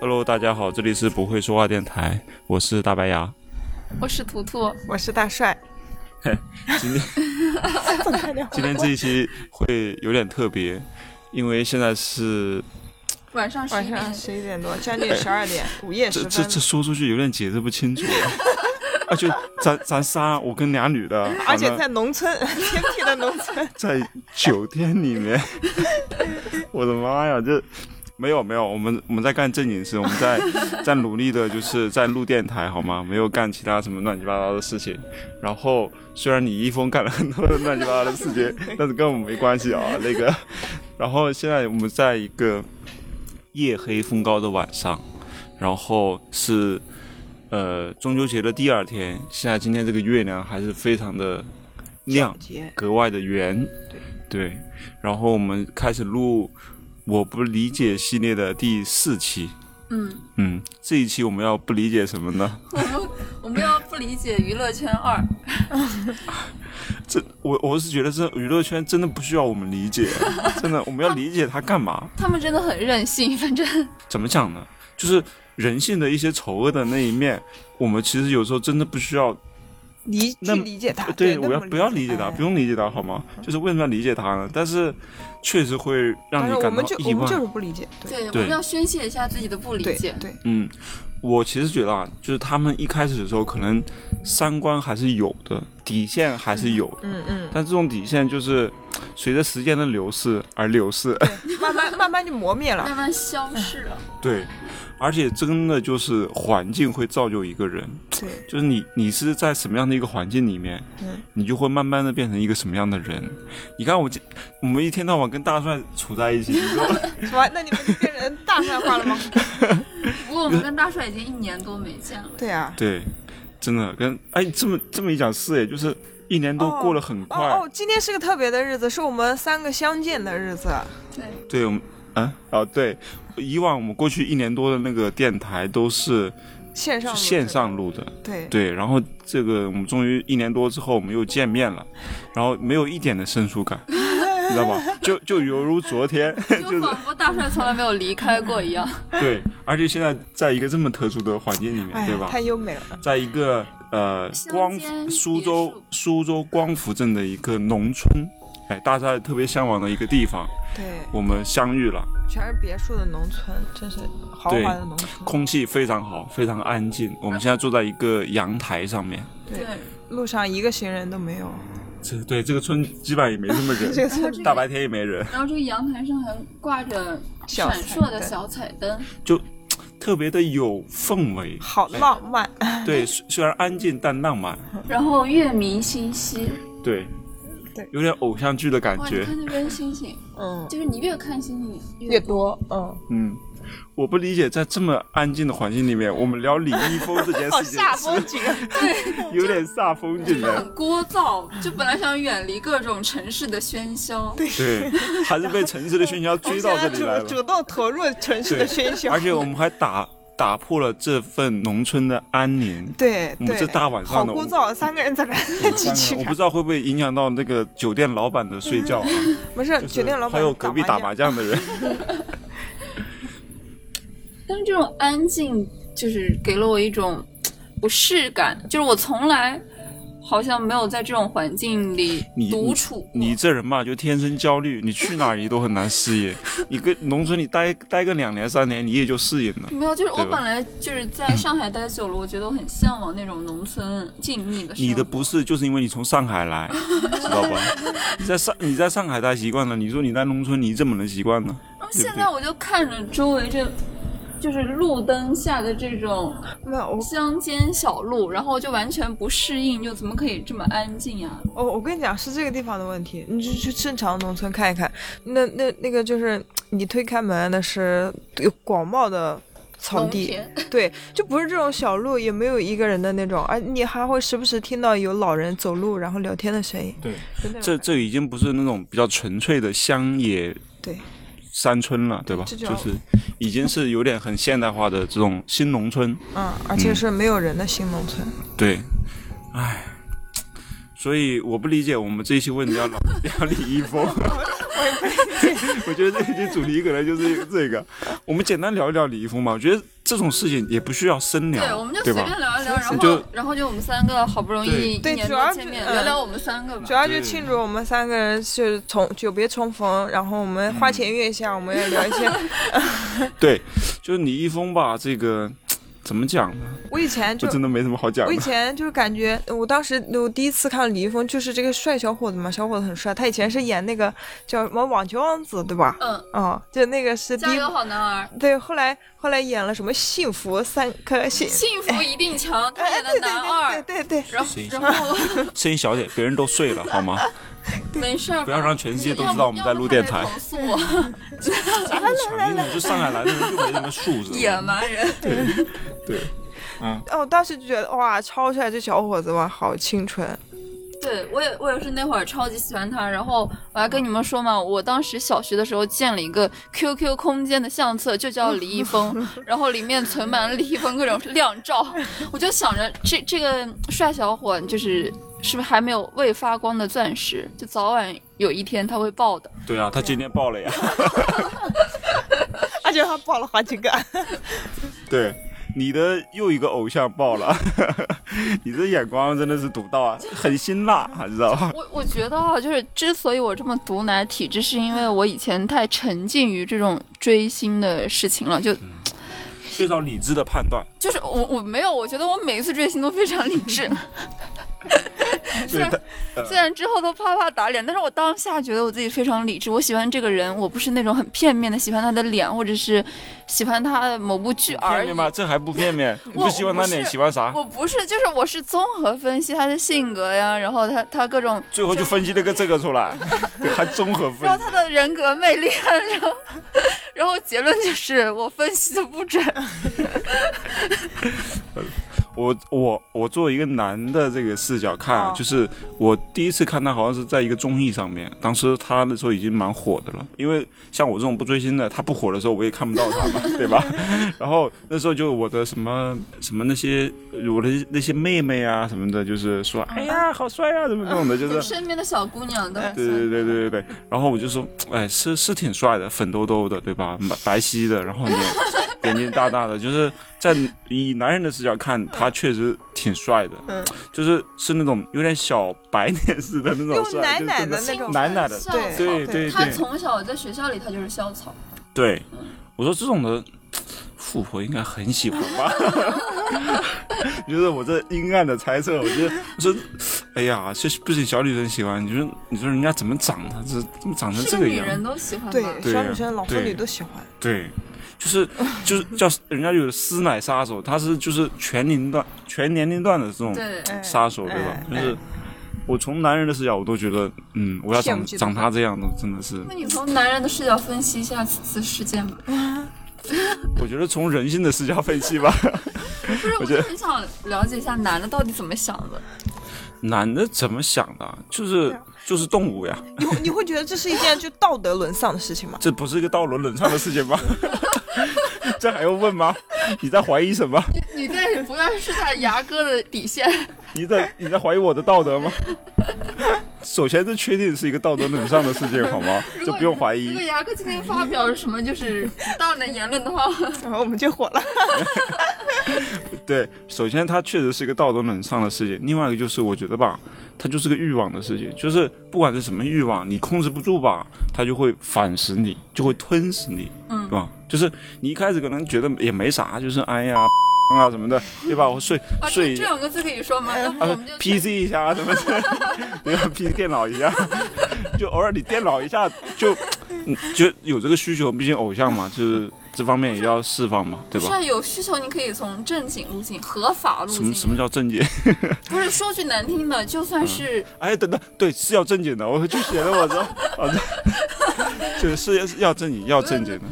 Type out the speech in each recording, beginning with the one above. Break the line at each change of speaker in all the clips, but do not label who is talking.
Hello，大家好，这里是不会说话电台，我是大白牙。
我是图图，
我是大帅，
今天
怎么还聊
今天这一期会有点特别，因为现在是
晚上十
晚
一点
上。十一点多，将近十二点，午夜
哎这
时
这
分，
这说出去有点解释不清楚了。啊，就咱咱仨，我跟俩女的，
而且
完了
在农村， 偏僻的农村，
在酒店里面，我的妈呀，这没有没有，我们我们在干正经事，我们在在努力的，就是在录电台好吗？没有干其他什么乱七八糟的事情。然后虽然李易峰干了很多的乱七八糟的事情，但是跟我们没关系啊，那个。然后现在我们在一个夜黑风高的晚上，然后是。呃，中秋节的第二天，现在今天这个月亮还是非常的亮，
节
格外的圆。对，然后我们开始录我不理解系列的第四期。
嗯，
嗯，这一期我们要不理解什么呢？
我们我们要不理解娱乐圈二，
这我我是觉得这娱乐圈真的不需要我们理解， 真的我们要理解它干嘛？
他们真的很任性，反正
怎么讲呢？就是人性的一些丑恶的那一面，我们其实有时候真的不需要
理去
那么
理解他，
对，
啊那
我要
么
不要理解他？
哎
不用理解他好吗？就是为什么要理解他呢？但是确实会让
但
你
是我
感到
们就
意
我
外
们。就是不理解，对
对，我
对
们要宣泄一下自己的不理解
对。对，
嗯，我其实觉得啊，就是他们一开始的时候，可能三观还是有的，底线还是有的，
嗯嗯，
但这种底线就是随着时间的流逝而流逝。
慢慢慢慢就磨灭了，
慢慢消逝了，
对，而且真的就是环境会造就一个人，
对，
就是你你是在什么样的一个环境里面，
嗯
你就会慢慢的变成一个什么样的人。你看我这，我们一天到晚跟大帅处在一起，你 说
什么？那你们就变成大帅化 了吗？
不过我们跟大帅已经一年多没见了。
对啊，
对，真的跟哎这么这么一讲是哎，就是一年都
哦
过得很
哦
快，
哦，今天是个特别的日子，是我们三个相见的日子，
对，
对，我们啊啊，对，以往我们过去一年多的那个电台都是
线上录制
线，上录的，
对，
对，然后这个我们终于一年多之后我们又见面了，然后没有一点的生疏感， 你知道吧？就就犹如昨天，
就仿佛大帅从来没有离开过一样。
对，而且现在在一个这么特殊的环境里面，
哎
对，吧
太？优美了，
在一个呃
乡
光
间
伏
别
苏州
墅
苏州光伏镇的一个农村，哎，大家特别向往的一个地方，
对，
我们相遇了。
全是别墅的农村，真是豪
对
华的农村。
空气非常好，非常安静。我们现在坐在一个阳台上面，
对
对，
路上一个行人都没有，
这对这个村基本上也没什么
这
人，
个村
大白天也没人，
然后这个阳台上还挂着
小
闪
菜
烁的
对
小彩灯，
特别的有氛围。
好浪漫，
对，虽虽然安静但浪漫，
然后月明星稀。
对，
对
有点偶像剧的感
哇，你
觉。
看那边星星，
嗯，
就是你越看星星
越
多。
多，嗯，
嗯，我不理解，在这么安静的环境里面，我们聊李易峰这件事情是
景，
有点煞风景的。
很聒噪，就本来想远离各种城市的喧嚣，对，
对，还是被城市的喧嚣追到这里来了。
主主动投入城市的喧嚣，
而且我们还打打破了这份农村的安宁。
对
我
对，
们这大晚上的
好枯燥，三个人在那儿
三
叽
个人我
叽
不
喳，
知道会不会影响到那个酒店老板的睡 觉啊，
没事，
就是
酒店老板
还有隔壁打麻
麻
将的 人，
但是这种安静就是给了我一种不适感，就是我从来好像没有在这种环境里
你
独处过
你这人嘛就天生焦虑，你去哪里都很难适应。你跟农村里待待个两年三年，你也就适应了。
没有，就是我
对吧
本来就是 在上海待久了，我觉得我很向往那种农村静谧的生活。
你的不是就是因为你从上海 来，知道吧？你在上你在上海待习惯了，你说你在农村你怎么能习惯呢？
然后
对不
现
对
在我就看着周围这，就是路灯下的这种
将，没有我。
乡间小路，然后我就完全不适应，就怎么可以这么安静呀、
我我跟你讲，是这个地方的问题。你就去正常农村看一看，那那那个就是你推开门，那是有广袤的草
农
地，
田
对，就不是这种小路，也没有一个人的那种，而你还会时不时听到有老人走路然后聊天的声音，
对，
就那种
这这已经不是那种比较纯粹的乡野
对
山村了，对吧？
这就
就是已经是有点很现代化的这种新农村。
嗯，而且是没有人的新农村，
嗯
对，唉，所以我不理解我们这一期为什么要老要李易峰，我觉得这期主题可能就是这个，我们简单聊一聊礼仪风吧。我觉得这种事情也不需要深
对，
聊，
我们就
对
随
吧？
便聊一聊，
是
然
是就
后然后就我们三个好不容易一
对
年
主要
多
是
见面，
嗯
聊聊我们三个吧
主。要就
对
庆祝我们三个人是重久别重逢，然后我们
嗯
花前月下，我们也聊一 些。
对，就是礼仪风吧，这个怎么讲呢？
我以前
我
就
真的没什么好讲
我以
的。
前就是感觉，我当时我第一次看到李易峰，就是这个帅小伙子嘛，小伙子很帅。他以前是演那个叫什么《网球王子》，对吧？
嗯，
哦，就那个是第
加
一
油，好男儿，
对，后来后来演了什么《幸福三颗星》
幸福一定强，他
哎，
演的
对对
男二。
对对对对，
然后
谁，
然后
声音小点，别人都睡了，好吗？
没事儿吧，
不要让全世界都
要
知
不
道我们在录电台
要不他得投诉我
强硬的，就上海来的人就没什么素质。
野蛮人。
对，嗯，
哦，我当时就觉得哇，超帅，这小伙子哇，好清纯。
对我也我也是那会儿超级喜欢他，然后我还跟你们说嘛，我当时小学的时候建了一个 QQ 空间的相册，就叫李易峰，然后里面存满了李易峰各种靓照，我就想着这这个帅小伙就是是不是还没有未发光的钻石，就早晚有一天他会爆的。
对啊，他今天爆了呀。
而且他爆了好几个，
对，你的又一个偶像爆了， 你这眼光真的是独到啊，很辛辣，你知道吧？
我我觉得啊，就是之所以我这么毒奶体质，是因为我以前太沉浸于这种追星的事情了，就
非常理智的判断，
就是我我没有，我觉得我每一次追星都非常理智，
对他，
虽然之后都啪啪打脸，但是我当下觉得我自己非常理智。我喜欢这个人，我不是那种很片面的喜欢他的脸，或者是喜欢他的某部剧
片
而已
面。吗？这还不片面？你
我
不喜欢他脸，
我不是
喜欢啥？
我不是，就是我是综合分析他的性格呀，然后他他各种，
最后就分析了个这个出来， 对还综合分
然
析。
后他的人格魅力，啊然后 然后结论就是我分析的不准。
我我我作为一个男的这个视角看啊，
哦
就是我第一次看他好像是在一个综艺上面，当时他那时候已经蛮火的了，因为像我这种不追星的，他不火的时候我也看不到他嘛，对吧？然后那时候就我的什么什么那些我的那些妹妹啊什么的，就是说哎呀好帅啊怎么怎么的，就是
身边的小姑娘都
对对对对对对，然后我就说，哎，是是挺帅的，粉兜兜的，对吧？白白皙的，然 后眼眼睛大大的，就是在以男人的视角看，他确实挺帅的，
嗯
就是是那种有点小白脸似的那种
用
帅，就是
奶奶
真
的
的
那种，
奶奶的，
校
对
草
对对
他
对
从小在学校里他就是校草，
对。我说这种的，富婆应该很喜欢吧？ 就是我这阴暗的猜测，我觉得我说，哎呀，这不仅小女生喜欢，你说你说人家怎么长的，这怎么长成
是
这
个
个
女
样？
人都喜欢吧？
对，
对
小女生、老妇
对
女都喜欢。
对，就是就是叫人家有师奶杀手，他是就是全年龄段全年龄段的这种
对
哎
杀手，对吧？就
哎
是我从男人的视角，我都觉得，嗯，我要
羡
长
慕嫉妒
长他这样的，真的是，
那你从男人的视角分析一下此次事件吧。
我觉得从人性的视角分析吧，
不是，我
觉
就
得
很想了解一下男的到底怎么想的。
男的怎么想的啊，就是就是动物呀，
你会你会觉得这是一件就道德沦丧的事情吗？
这不是一个道德沦丧的事情吗？这还用问吗？你在怀疑什么？
你在不断试探牙哥的 底线。
你在你在怀疑我的道德吗？首先，这确定是一个道德沦丧的事情，好吗？这不用怀疑。
如果牙哥今天发表什么就是不当的言论的 话，
然后我们就火
哦
了。
对，首先它确实是一个道德沦丧的事情，另外一个就是我觉得吧，它就是个欲望的事情，就是不管是什么欲望，你控制不住吧，它就会反噬你，就会吞噬你，嗯，对吧？就是你一开始可能觉得也没啥，就是哎呀啊什么的，对吧？我睡
啊，
睡
这
一
这
下。
两个字可以说吗？要不
啊
我们就
，PC 一下啊，什么的，对吧？PC 电脑一下， 就偶尔你电脑一下就，嗯就有这个需求，毕竟偶像嘛，就是这方面也要释放嘛，对
不
吧？
是有需求，你可以从正经路径、合法路
什么什
径
么。叫正解？
不是说句难听的，就算是
哎，等等，对，是要正经的，我就写的我这， 好的， 就是是是要正经，要正经的。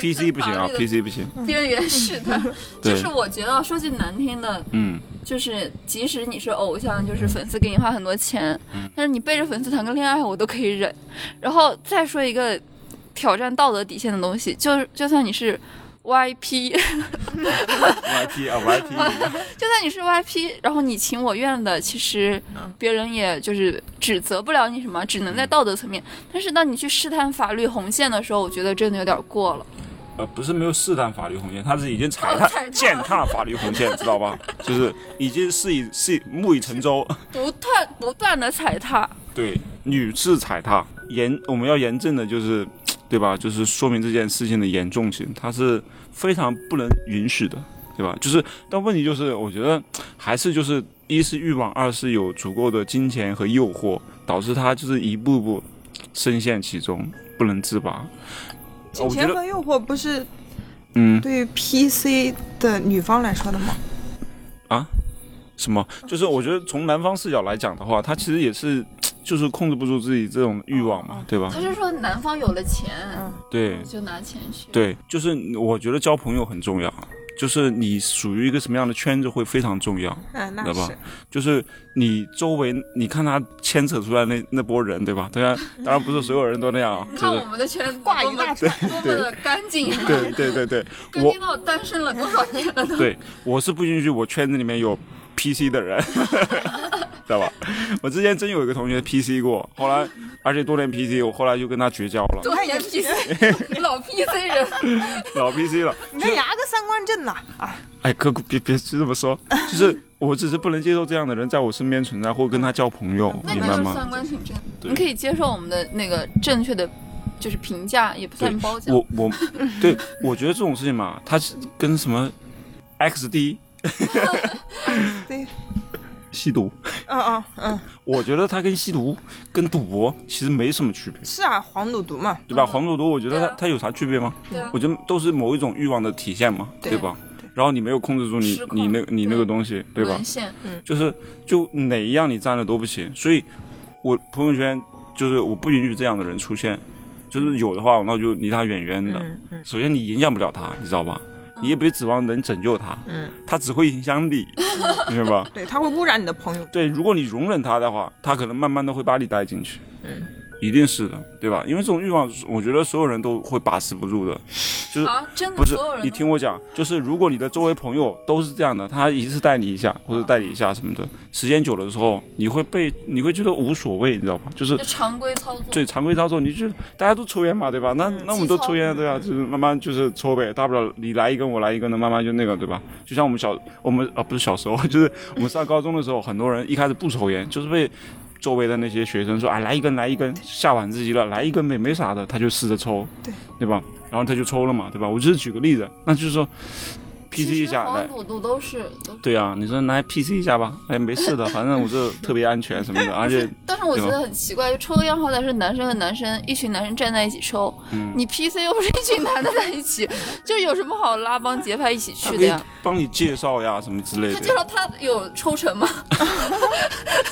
PC 不行啊
法律
，PC 不行。
边缘式的，
嗯对
就是我觉得说句难听的，
嗯，
就是即使你是偶像，就是粉丝给你花很多钱，但是你背着粉丝谈个恋爱，我都可以 忍。然后再说一个挑战道德底线的东西，就是就算你是 YP，嗯
，YP 啊 YP，
就算你是 YP，然后你情我愿的，其实别人也就是指责不了你什么，只能在道德层面。但是当你去试探法律红线的时候，我觉得真的有点过了。
呃，不是没有试探法律红线，他是已经踩踏
哦、踩踏
践踏法律红线，知道吧？就是已经是以是以木已成舟，
不断不断的踩踏，
对，屡次踩踏，严我们要严正的就是，对吧？就是说明这件事情的严重性，它是非常不能允许的，对吧？就是，但问题就是，我觉得还是就是，一是欲望，二是有足够的金钱和诱惑，导致他就是一步步深陷其中，不能自拔。
金
我觉
钱
得，
和诱惑不是
嗯，
对于 PC 的女方来说的吗？
什么？就是我觉得从男方视角来讲的话，他其实也是。就是控制不住自己这种欲望
哦
嘛，对吧？
他就说男方有了钱，
嗯对，
就拿钱去。
对，就是你我觉得交朋友很重要，就是你属于一个什么样的圈子会非常重要。
嗯，那
对吧
是
就是你周围，你看他牵扯出来那那波人，对吧？当然，当然不是所有人都那样啊，
你
就
看我
是。
们的圈子
挂
多
一
么
大
多么的干净，啊
对对对对，
干净到单身了多少年 了都。
对我是不允许我圈子里面有 PC 的人， 知道吧？我之前真有一个同学 PC 过，后来而且多年 PC，我后来就跟他绝交了，
多年 PC 老 PC 人，
老 PC 了。
你这牙个三观正呐啊！
哎，哥，别别这么 说，就是我只是不能接受这样的人在我身边存在，或跟他交朋友，
那你
明
们
白
就是
吗？
三观挺正。
对
你可以接受我们的那个正确的，就是评价，也不算
对
褒奖。
我我对我觉得这种事情嘛，它是跟什么 XD
对，
吸 毒，
嗯嗯嗯，
我觉得它跟吸毒跟赌博其实没什么区别，
是啊，黄赌毒嘛，
对吧？黄赌毒，我觉得
对
它
啊
它有啥区别吗？
对啊
我觉得都是某一种欲望的体现嘛，
对
对吧？然后你没有控制住你
失控
你那你那个东西，对吧
沦？陷
就是就哪一样你占了都不行，所以我朋友圈就是我不允许这样的人出现，就是有的话，那我就离他远远的。
嗯嗯
首先你影响不了他，你知道吧？你也别指望能拯救他，
嗯，
他只会影响 你，明白吧？
对，他会污染你的朋友，
对，如果你容忍他的话，他可能慢慢的会把你带进去，
嗯，
一定是的，对吧？因为这种欲望，我觉得所有人都会把持不住的，就是
啊！真的，
不是
所有人都
你听我讲，就是如果你的周围朋友都是这样的，他一次带你一下或者带你一下什么的，时间久了之后，你会被你会觉得无所谓，你知道吧？就是
就常规操作。
对常规操作，你就大家都抽烟嘛，对吧？那
嗯
那我们都抽烟，对啊，就是慢慢就是抽呗，大不了你来一根，我来一根的，慢慢就那个，对吧？就像我们小我们啊不是小时候， 就是我们上高中的时候，很多人一开始不抽烟，就是被周围的那些学生说啊来一根来一根，下晚自习了来一根呗，没啥的，他就试着抽，
对
对吧？然后他就抽了嘛，对吧？我就是举个例子，那就是说 PC 一下来
黄。赌毒都是都是。
对啊，你说来 PC 一下吧，哎，没事的，反正我这特别安全什么 的，而且
但是我觉得很奇怪，就抽烟好歹是男生和男生，一群男生站在一起抽，
嗯
你 PC 又不是一群男的在一起，就有什么好拉帮结派一起
他
去
可
的
以
呀？
帮你介绍呀什么之类
他
的
介。绍他有抽成吗？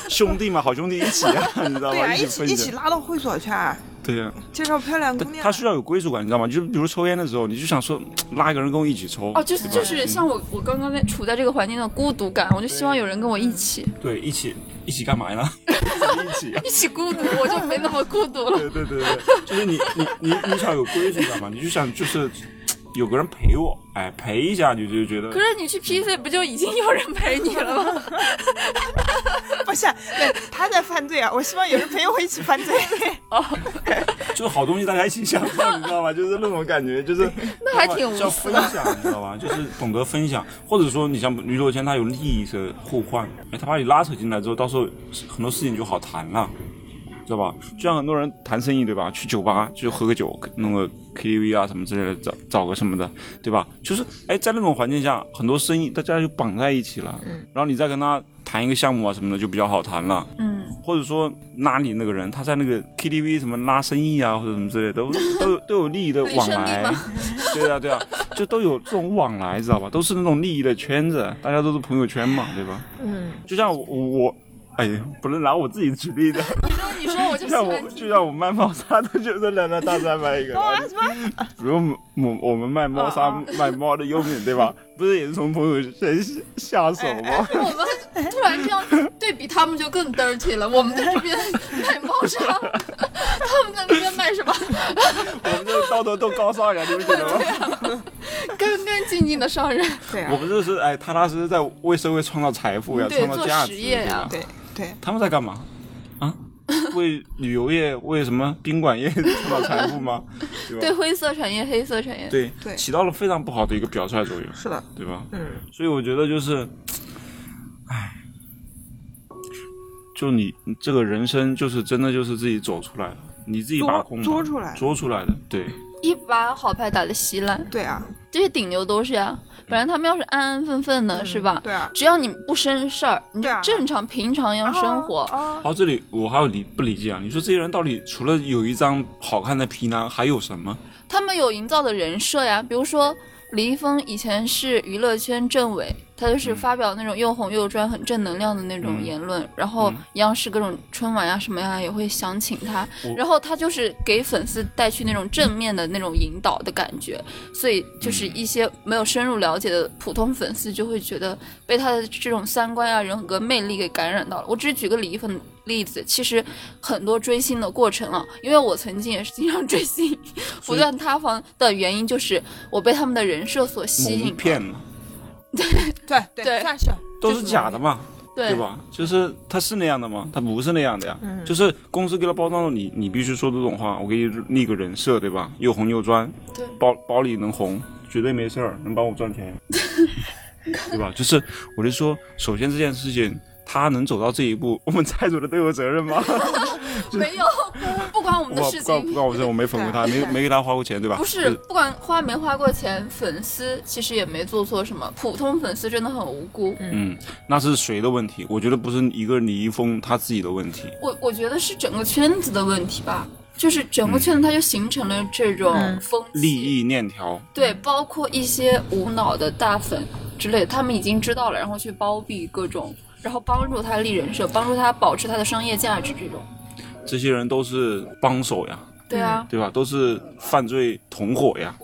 兄弟嘛，好兄弟一起啊， 你知道
对
吧？
啊，一
起
起
分
一起
着。
拉到会所去，啊，
对呀、
介绍漂亮姑
他
娘，
啊
啊
他需要有归属感，你知道吗？就比如抽烟的时候，你就想说嗯拉一个人跟我一起抽，
哦，就是
对吧
就是像我我刚刚在处在这个环境的孤独感，我就希望有人跟我一起
对一起一起干嘛呀？一起啊。
一起孤独，我就没那么孤独了。
对对对对，就是你你你你想有归属感嘛，你就想就是有个人陪我，哎，陪一下你就觉得
可是你去 PC 不就已经有人陪你了吗？
不是，对，他在犯罪啊！我希望有人陪我一起犯 罪。
就是好东西大家一起享 受，你知道吗？就是那种感觉，就是
那还挺无
叫
私
分
的
享，你知道吧？ 就是懂得分享，或者说你像娱乐圈，它有利益的互换，哎，他把你拉扯进来之后，到时候很多事情就好谈了。知道吧？就像很多人谈生意，对吧？去酒吧就喝个酒，弄个 KTV 啊什么之类的，找找个什么的，对吧？就是哎，在那种环境下，很多生意大家就绑在一起了，然后你再跟他谈一个项目啊什么的，就比较好谈了。
嗯，
或者说拉你那个人，他在那个 KTV 什么拉生意啊，或者什么之类的，都都有都有利益的往来
利益胜利，
对啊对啊，就都有这种往来，知道吧？都是那种利益的圈子，大家都是朋友圈嘛，对吧？
嗯，
就像我我，哎，不能拿我自己举例的，
你说你时候我就喜
像我
欢啊
就像我卖猫砂的，就这两辆大三板一个。
啊什么？
比如我们我我们卖猫砂、
哦
啊
卖猫的用品，对吧？不是也是从朋友圈下手吗？
我们突然这样对比，他们就更 dirty 了。我们在这边卖猫砂， 他们在那边卖什么
我
哎
们这道德都高尚呀，你不觉得吗？
干干净净的商人？
对
我
啊，
们这是哎，踏踏实实在为社会创造财富呀，
嗯对
创造
做
价
实
值。
业
对
呀
吧
对对，
他们在干嘛？ 啊？为旅游业、为什么宾馆业 创造财富吗？对
对
吧？
灰色产业、黑色产业，
对
对
起到了非常不好的一个表率作用，
是的，
对吧？
嗯，
所以我觉得就是，唉，就你你这个人生就是真的就是自己走出来的，你自己把控的
捉捉出来的
捉出来的，对，
一把好牌打得稀烂，
对啊，
这些顶流都是呀。本来他们要是安安分分
嗯
的，是吧？
对啊，
只要你不生事儿，你就
对啊
正常平常一样生活。
啊，啊
好，这里我还有理不理解啊？你说这些人到底除了有一张好看的皮囊，还有什么？
他们有营造的人设呀，比如说李易峰以前是娱乐圈政委，他就是发表那种又红又专、很正能量的那种言论，然后央视各种春晚啊呀什么呀也会想请他
我，
然后他就是给粉丝带去那种正面的那种引导的感觉，所以就是一些没有深入了解的普通粉丝就会觉得被他的这种三观呀、人格魅力给感染到了。我只是举个李易峰。例子其实很多追星的过程啊，因为我曾经也是经常追星，不
以
断塌房的原因就是我被他们的人设所吸
蒙
引。
骗了，
对
对
算是
都是假的嘛，
对嗯
对吧？就是他是那样的吗？他不是那样的呀。就是公司给他包装了你，你必须说这种话，我给你立个人设，对吧？又红又专，
对
包包里能红，绝对没事儿，能帮我赚 钱，对吧？就是我就说，首先这件事情。他能走到这一步，我 们债主的都有责任 吗？
没有，不管我们
不
的
管
事
不管不
情，
管我这，我没粉过他，没没给他花过钱，对吧？
不是不管花没花过钱，粉丝其实也没做错什么，普通粉丝真的很无辜。
嗯，那是谁的问题？我觉得不是一个李易峰他自己的问题，
我我觉得是整个圈子的问题吧，就是整个圈子它就形成了这种风气。
嗯利益链条。
对，包括一些无脑的大粉之类的，他们已经知道了，然后去包庇各种，然后帮助他立人设，帮助他保持他的商业价值这种。
这些人都是帮手呀，
对啊，
对吧？都是犯罪同伙呀。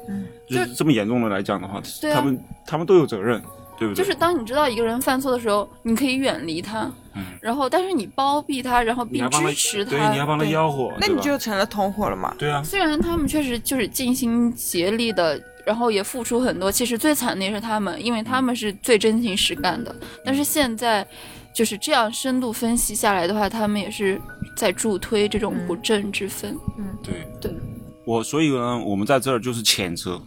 就是这么严重的来讲的话，
对啊
他们他们都有责任，对不对？
就是当你知道一个人犯错的时候，你可以远离他，然后但是你包庇他，然后
嗯你
并
还帮他
支持
对，你还帮他
对
吆喝，
那
对
你
吧
就成了同伙了嘛？
对啊，
虽然他们确实就是尽心竭力的，然后也付出很多，其实最惨的也是他们，因为他们是最真情实干的。但是现在就是这样深度分析下来的话，他们也是在助推这种不正之风。
对
对。
我所以呢，我们在这儿就是谴责，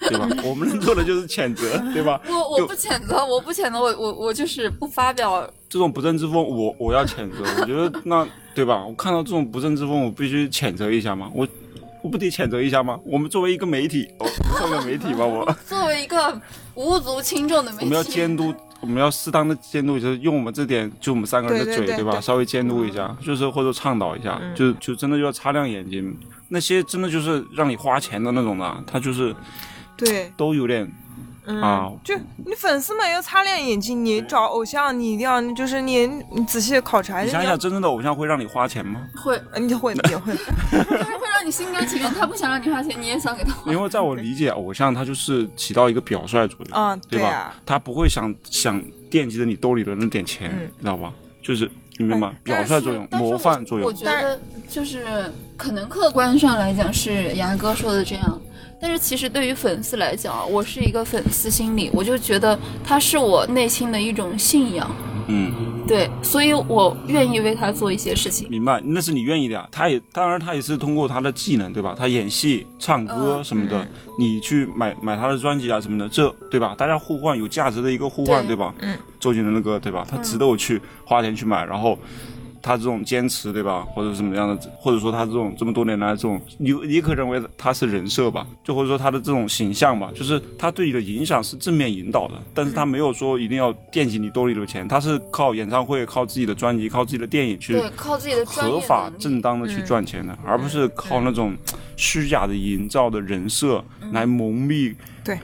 对吧？我们能做的就是谴责，对吧？
我我
就
不谴责，我不谴责，我我我就是不发表。
这种不正之风，我我要谴责。我觉得那对吧？我看到这种不正之风，我必须谴责一下吗？我我不得谴责一下吗？我们作为一个媒体，哦我算个媒体吧，我
作为一个无足轻重的媒体，
我们要监督，我们要适当的监督，就是用我们这点，就我们三个人的
对
嘴，
对对
吧？
对嗯
稍微监督一下，就是或者倡导一下，就就真的就要擦亮眼睛。那些真的就是让你花钱的那种的，他就是
对，嗯
都有点、啊，
就你粉丝们要擦亮眼睛，你找偶像，你一定要就是你你仔细考察一
你
下，
想想，真正的偶像会让你花钱吗？
会
呃你 会你会，
就是会让你心甘情愿。他不想让你花钱，你也想给他花。
因为在我理解，偶像他就是起到一个表率作用，
嗯
对
对
吧？
啊
他不会想想惦记着你兜里的那点钱，
嗯哎
知道吧？就是你明白吗？
但
表
是
率作用，
但是
模
我
范作用
我。觉得就是可能客观上来讲是牙哥说的这样，但是其实对于粉丝来讲啊，我是一个粉丝心理，我就觉得他是我内心的一种信仰，
嗯，
对，所以我愿意为他做一些事情。
明白，那是你愿意的呀。他也当然，他也是通过他的技能，对吧？他演戏、唱歌
嗯
什么的，你去买买他的专辑啊什么的，这对吧？大家互换有价值的一个互换，对
对嗯
吧？嗯，周杰伦的歌，对吧？他值得我去花钱去买，然后。他这种坚持，对吧？或者什么样的，或者说他这种这么多年来这种，你也可认为他是人设吧，就或者说他的这种形象吧，就是他对你的影响是正面引导的，但
嗯
是他没有说一定要惦记你兜里的钱，他是靠演唱会、靠自己的专辑、靠自己的电影去
对，靠自己的嗯专业
合法
能力
正当的去赚钱的，而不是
嗯
靠那种虚假的营造的人设来蒙蔽
对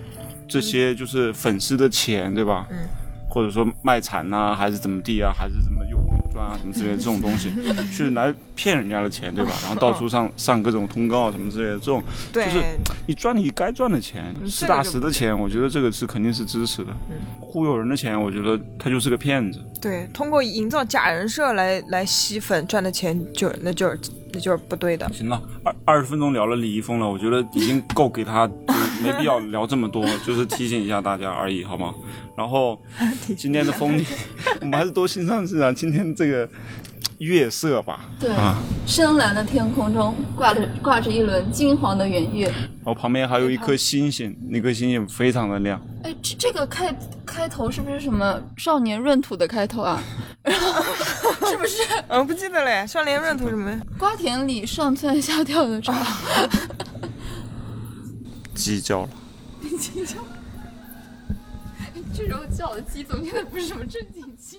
这些
嗯
就是啊粉丝的钱，对吧？或者说卖惨呐、还是怎么地啊，还是怎么又红又专啊什么之类的这种东 西，去来骗人家的钱，对
哦
吧？然后到处上上各种通告什么之类的，这种
对，
就是你赚你该赚的钱，
嗯
实打实的钱，我觉得这个是肯定是支持的。忽悠人的钱，我觉得他就是个骗子。
对，通过营造假人设来来吸粉赚的钱就那就是那就是不对的。
行了，二二十分钟聊了李易峰了，我觉得已经够给他，就是没必要聊这么多，就是提醒一下大家而已，好吗？然后今天的风景，我们还是多欣赏欣赏今天这个月色吧。
对
啊，
深蓝的天空中挂着挂着一轮金黄的圆月。
然后旁边还有一颗星星，那颗星星非常的亮。
哎，这这个开开头是不是什么少年闰土的开头啊？ 然后是不是
嗯、不记得嘞，少年闰土什么？
瓜田里上蹿下跳的唱？
鸡叫了，
这种叫的鸡总觉得不是什么正经鸡。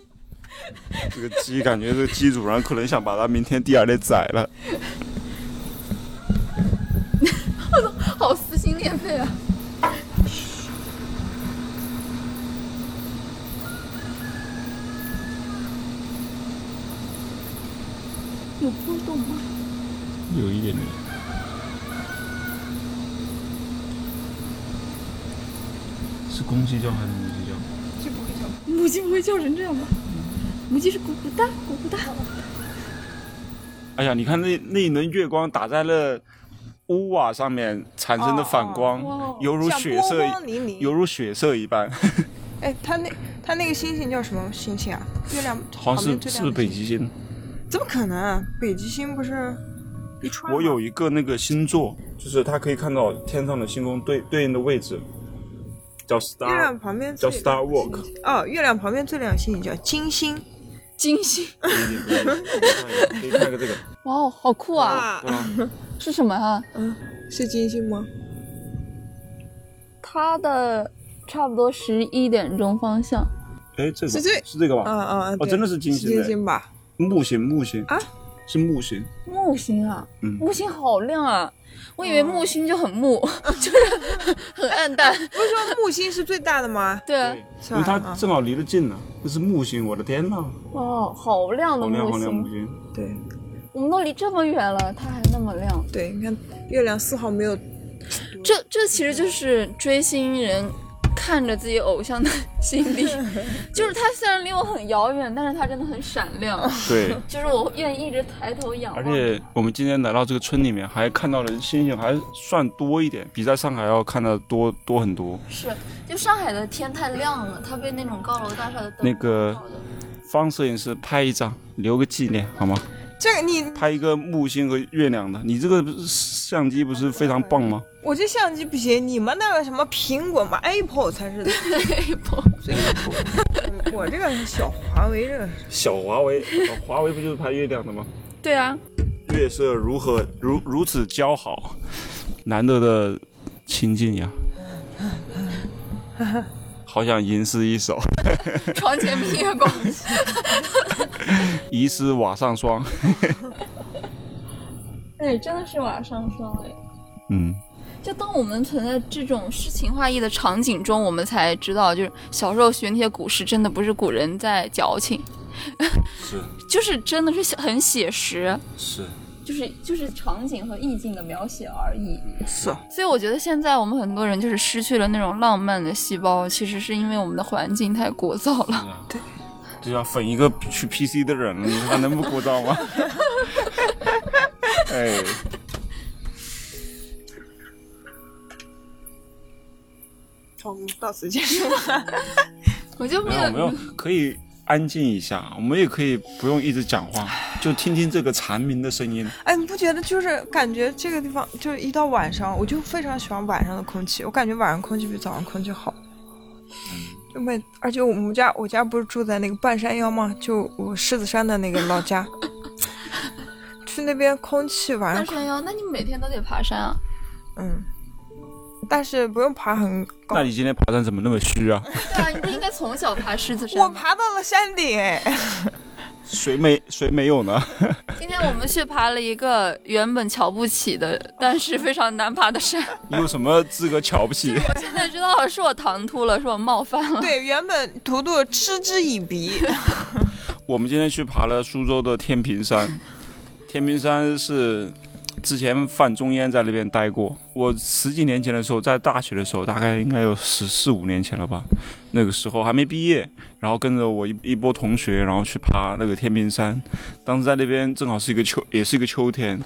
这个鸡感觉这个鸡主人可能想把它明天第二天宰了。
好撕心裂肺啊！有波动吗？
有一点点。是公鸡叫还是母鸡叫？
母鸡不会叫成这样吧？母鸡是咕咕哒，咕咕哒。
哎呀，你看那那一轮月光打在了屋瓦上面产生的反光，
哦哦哦
犹如
像
血色
波光粼粼
一，犹如血色一般，
哎，他那他那个星星叫什么星星啊？月亮
好像
旁边
是
最
是
亮
不
的
是北极星？
星？怎么可能？北极星不是一串？
我有。一个那个星座，就是它可以看到天上的星空对对应的位置，叫
月亮
star，
旁边
叫
最
star walk。
哦，月亮旁边最亮的星星叫金星。
金星，
可以看个这个，
哇哦，好酷啊！
哇，
是什么啊？
是金星吗？
它的差不多十一点钟方向，
哎，这个
是这
是这个吧？
嗯嗯嗯，
哦，
对
真的是金
是
星
金
哎
星吧？
木星，木星
啊，
是木星。
木星啊，
嗯
木星好亮啊！我以为木星就很 木，就是很暗淡。
不是说木星是最大的吗？
对啊，
是
因
吧哦
为它
嗯
正好离得近了，这是木星，我的天呐，
哇，好亮的
好亮
木
好亮木
星，
星，
对
我们都离这么远了，它还那么亮。
对，你看月亮丝毫没有
这这其实就是追星人看着自己偶像的心 理，就是他虽然离我很遥远，但是他真的很闪亮，
对。
就是我愿意一直抬头仰
而
望。
且我们今天来到这个村里面，还看到了星星，还算多一点，比在上海要看的多多很多。
是，就上海的天太亮了，它被那种高楼大厦的灯
那个
照的
方摄影师拍一张，留个纪念好吗？
这个你，
拍一个木星和月亮的，你这个相机不是非常棒吗？
我这相机不行，你们那个什么苹果嘛，Apple 才 是
Apple
最酷的。我这个是小华为这个
小华为，哦华为不就是拍月亮的吗？
对啊，
月色如何如如此姣好，难得的清静呀！好想吟诗一首，
床 前明月光。
疑是瓦上霜。
哎，真的是瓦上霜哎。
嗯，
就当我们存在这种诗情画意的场景中，我们才知道，就是小时候学那些古诗，真的不是古人在矫情，
是
就是真的是写很写实，
是，
就是就是场景和意境的描写而已。
是
所以我觉得现在我们很多人就是失去了那种浪漫的细胞，其实是因为我们的环境太聒噪了。
嗯就要粉一个去 PC 的人了，你说他能不聒噪吗？哎，
好，我们到此结束。
我就没
没
有
有没有，可以安静一下，我们也可以不用一直讲话，就听听这个蝉鸣的声音。
哎，你不觉得就是感觉这个地方，就是一到晚上，我就非常喜欢晚上的空气，我感觉晚上空气比早上空气好。
嗯
因为而且我们家我家不是住在那个半山腰嘛，就我狮子山的那个老家， 去那边空气晚上
爬山腰，那你每天都得爬山啊？
嗯，但是不用爬很高
那。你今天爬山怎么那么虚啊？
对啊，你不应该从小爬狮子山
我
吗？
爬到了山顶哎，
谁没谁没有呢？
今天我们去爬了一个原本瞧不起的，但是非常难爬的山。
你有什么资格瞧不起？
我现在知道哦 了，是我唐突了，是我冒犯了。
对，原本图图嗤之以鼻，
我们今天去爬了苏州的天平山，天平山是之前范仲淹在那边待过。我十几年前的时候，在大学的时候，大概应该有十四五年前了吧，那个时候还没毕业，然后跟着我一一波同学，然后去爬那个天平山。当时在那边正好是一个秋，也是一个秋天，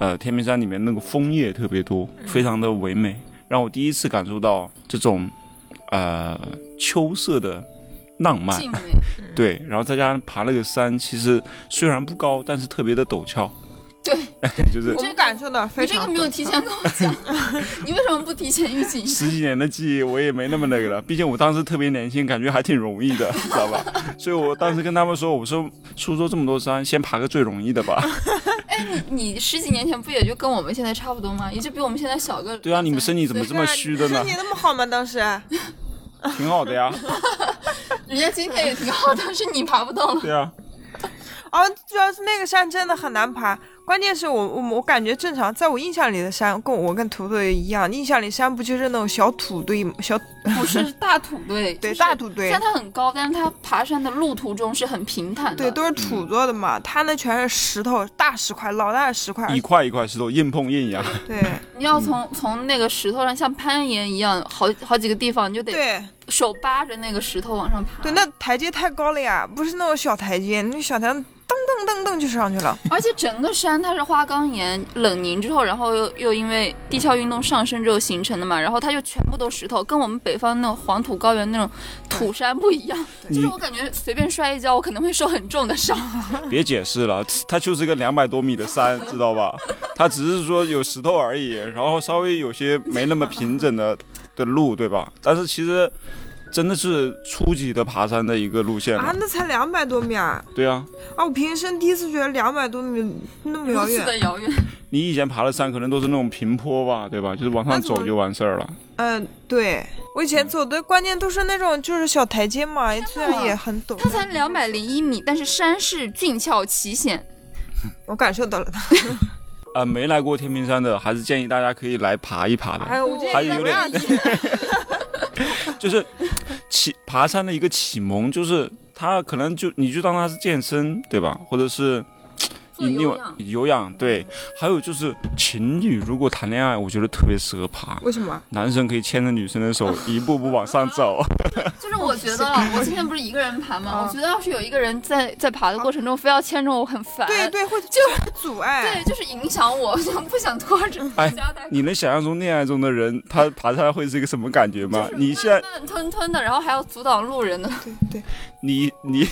呃，天平山里面那个枫叶特别多，非常的唯美，让我第一次感受到这种呃秋色的浪漫。
静美，
对，然后再加上爬那个山，其实虽然不高，但是特别的陡峭，
对，
就是
我
这个
感受到非
你这
常
个没有提前跟我讲， 你为什么不提前预 警？
十几年的记忆，我也没那么那个了。毕竟我当时特别年轻，感觉还挺容易的， 知道吧？所以我当时跟他们说，我说苏州这么多山，先爬个最容易的吧。
你十几年前不也就跟我们现在差不多吗？也就比我们现在小个。
对啊，你们身体怎么这么虚的 呢
身体？那么好吗？当时
挺好的呀，
人家今天也挺好，但是你爬不到 了。
对啊，
啊，主要是那个山真的很难爬，关键是我我我感觉正常，在我印象里的山跟我跟图图也一样，印象里山不就是那种小土堆吗小
不是大土堆，
对
就是
大土堆
虽然它很高，但是它爬山的路途中是很平坦的。
对，都是土做的嘛，它那全是石头，大石块，老大的石块，
一块一块石头硬碰硬呀。
对
你要从从那个石头上像攀岩一样，好好几个地方，你就得
对
手扒着那个石头往上爬。
对，那台阶太高了呀，不是那种小台阶，那小台噔噔噔噔就上去了，
而且整个山它是花岗岩冷凝之后，然后又又因为地壳运动上升之后形成的嘛，然后它就全部都石头，跟我们北方那种黄土高原那种土山不一样。就是我感觉随便摔一跤，我可能会受很重的 伤。
别解释了，它就是个两百多米的山，知道吧？它只是说有石头而已，然后稍微有些没那么平整的的路，对吧？但是其实真的是初级的爬山的一个路线了，
啊，那才两百多米啊，
对啊。
啊，我平生第一次觉得两百多米那么
如
遥
此
远，
的遥远，
你以前爬的山可能都是那种平坡吧，对吧？就是往上走就完事儿了。
嗯、对我以前走的关键都是那种就是小台阶嘛，虽然也很陡，
它才两百零一米，但是山势俊俏奇险。
我感受到了它，
啊，没来过天平山的，还是建议大家可以来爬一爬的。
哎，我这
还有
不
点
让 去，
就是起爬山的一个启蒙，就是它可能就你就当它是健身，对吧？或者是
做
你你
有
有
氧
有氧，对。还有就是情侣如果谈恋爱，我觉得特别适合爬。
为什么？
男生可以牵着女生的手，一步步往上 走。
就是我觉得啊，我今天不是一个人爬吗？
啊
我觉得要是有一个人在在爬的过程中非要牵着我，我很烦。
对对，会呃哎就阻
对
碍，
就是影响我， 就不想拖着
哎
家带。
你能想象中恋爱中的人，他爬山会是一个什么感觉吗？你现在
慢慢吞吞的，然后还要阻挡路人 的，
对对，
你 你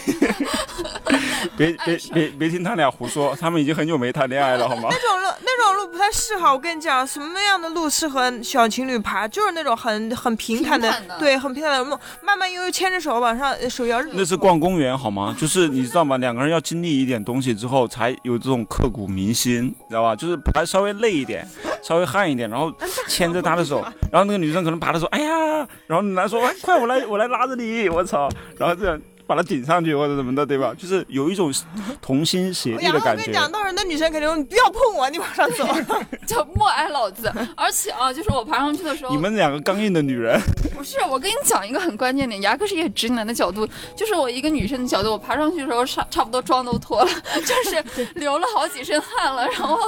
别别
爱上
别别听他俩胡说，他们已经很久没谈恋爱了，好吗？
那种路那种路不太适合，我跟你讲，什么样的路适合小情侣爬？就是那种很很平坦的，
平坦的
对，很平坦的路，慢慢悠悠牵着手往上，呃手摇着走
那是逛公园好吗？ 就是你知道吗？两个人要经历一点东西之后，才有这种刻骨铭心，你知道吧？就是爬稍微累一点，稍微汗一点，然后牵着他的手， 然后那个女生可能爬的时候，哎呀，然后男说，哎，快我来我来拉着你，我操，然后这样把他顶上去或者怎么的，对吧？就是有一种同心协力
然后
的
我
感
跟
觉
你。讲，到时候那女生肯定说你不要碰我，你往上 走。
就默哀老子。而且啊，就是我爬上去的时候，
你们两个刚硬的女人，
不是我跟你讲一个很关键点，牙哥是一个直男的角度，就是我一个女生的角度，我爬上去的时候差差不多妆都脱了，就是 流了好几身汗了，然后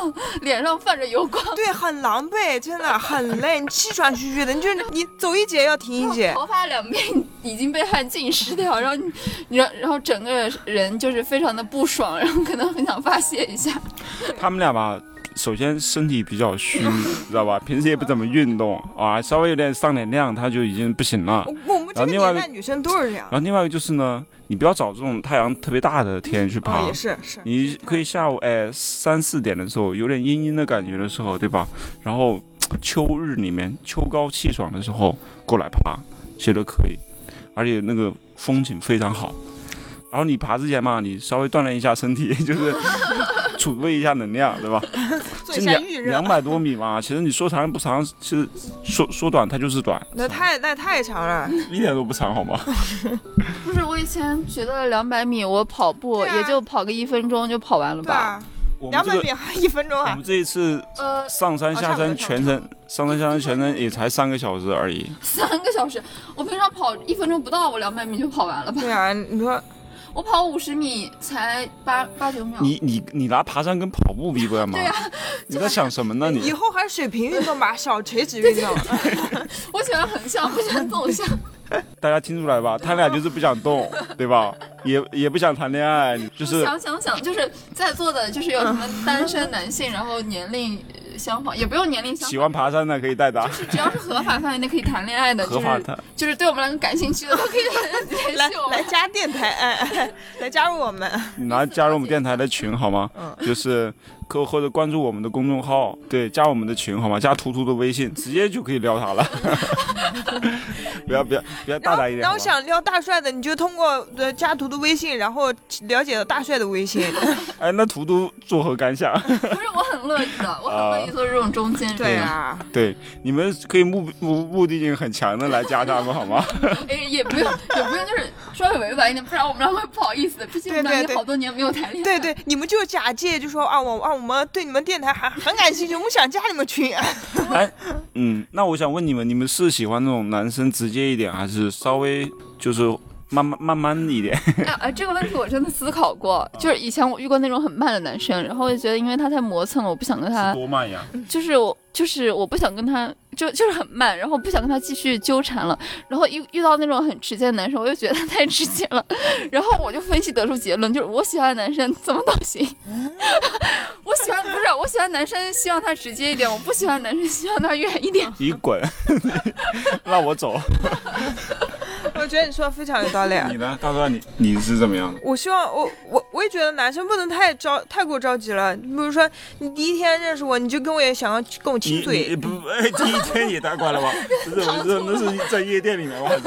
脸上泛着油光，
对，很狼狈，真的很累，你气喘吁吁的，你就是你走一节要停一节，
头发两边已经被汗浸湿掉，然后你，你然然后整个人就是非常的不爽，然后可能很想发泄一下。
他们俩吧，首先身体比较虚，知道吧？平时也不怎么运动啊，稍微有点上点量，他就已经不行了
我。我们这
然
个
后另外
年
一个
代女生都是这样
然。后另外一个就是呢，你不要找这种太阳特别大的天去爬
啊，，也是是，
你可以下午哎三四点的时候，有点阴阴的感觉的时候，对吧？然后秋日里面秋高气爽的时候过来爬，其实都可以，而且那个风景非常好。然后你爬之前嘛，你稍微锻炼一下身体， 就是储备一下能量，对吧？
做
这
一下
两
预热
两。百多米嘛，其实你说长不长，其实说说短它就是 短，
那太那太长了，
一点都不长，好吗？
不是，我以前觉得两百米我跑步、
对啊
也就跑个一分钟就跑完了
对
吧。
吧？
我们
两
这
百
个
米还一分钟
我
啊
们，这一次
呃，
上山下山全程，上山下山全程也才三个小时而已。
三个小时，我平常跑一分钟不到，我两百米就跑完了吧。
对啊，你说
我跑五十米才八八九秒。
你你你拿爬山跟跑步比不了吗？
对啊，
你在想什么呢
以
你？
后还水平运动 吧，小垂直运动。
我喜欢横向，不喜欢纵向。
大家听出来吧？他俩就是不想动，对吧？也也不想谈恋爱， 就是
想想想，就是在座的，就是有什 么单身男性，然后年龄呃相仿，也不用年龄相
喜
仿，
欢爬山的可以带他，
只要是合法范围内可以谈恋爱的，
合
就
法
是
的。
就是对我们两个感兴趣的都可以
来
联系我
来
们。
加电台，哎哎，来加入我们。
你来加入我们电台的群好吗？
嗯
就是可或者关注我们的公众号，对，加我们的群好吗？加图图的微信，直接就可以撩他了。 不要不要不要大胆一点
然
好
后
吧？
想撩大帅的，你就通过呃加图的微信，然后了解到大帅的微信。
哎，那图图作何感想？
不是，我很乐意的，我很
啊
乐意做这种中间人。
对啊，
对，你们可以目目目的性很强的来加他们好吗？
哎，也不用，也不用，就是稍微委婉一点，不然我们俩会不好意思的。毕竟我们
对对
俩也
对
好多年没有谈恋爱。
对 对，你们就假借就说啊，我啊，我们对你们电台很很感兴趣，我们想加你们群。啊
哎，嗯，那我想问你们，你们是喜欢那种男生直接一点，还是稍微就是慢慢慢慢一点？
哎哎，这个问题我真的思考过，就是以前我遇过那种很慢的男生，然后我就觉得因为他太磨蹭了，我不想跟他，
多慢呀？
就是我就是我不想跟他，就就是很慢，然后不想跟他继续纠缠了。然后遇遇到那种很直接的男生，我就觉得他太直接了，然后我就分析得出结论，就是我喜欢的男生怎么都行。
嗯
我喜欢不是我喜欢男生，希望他直接一点；我不喜欢男生，希望他远一点。
你滚， 让我走。
我觉得你说的非常有道理。啊
你呢，大帅？你你是怎么样的？
我希望我我我也觉得男生不能太着太过着急了。你比如说，你第一天认识我，你就跟我也想要跟我
你
亲
你
嘴，
不，哎，第一天也太快了吧？不是，不是，那是在夜店里面，我好像。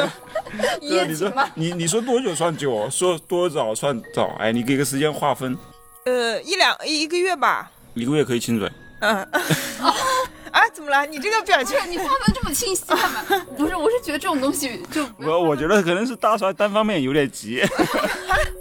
对啊，
夜
你
情
说
吧，
你你说多久算久？说多早算早？哎，你给个时间划分，
呃，一两一一个月吧。
一个月可以亲嘴。
嗯。 啊，怎么了？哦你这个表
不
情
是啊你划分这么清晰干嘛？不是，我是觉得这种东西就不
我我觉得可能是大帅单方面有点急。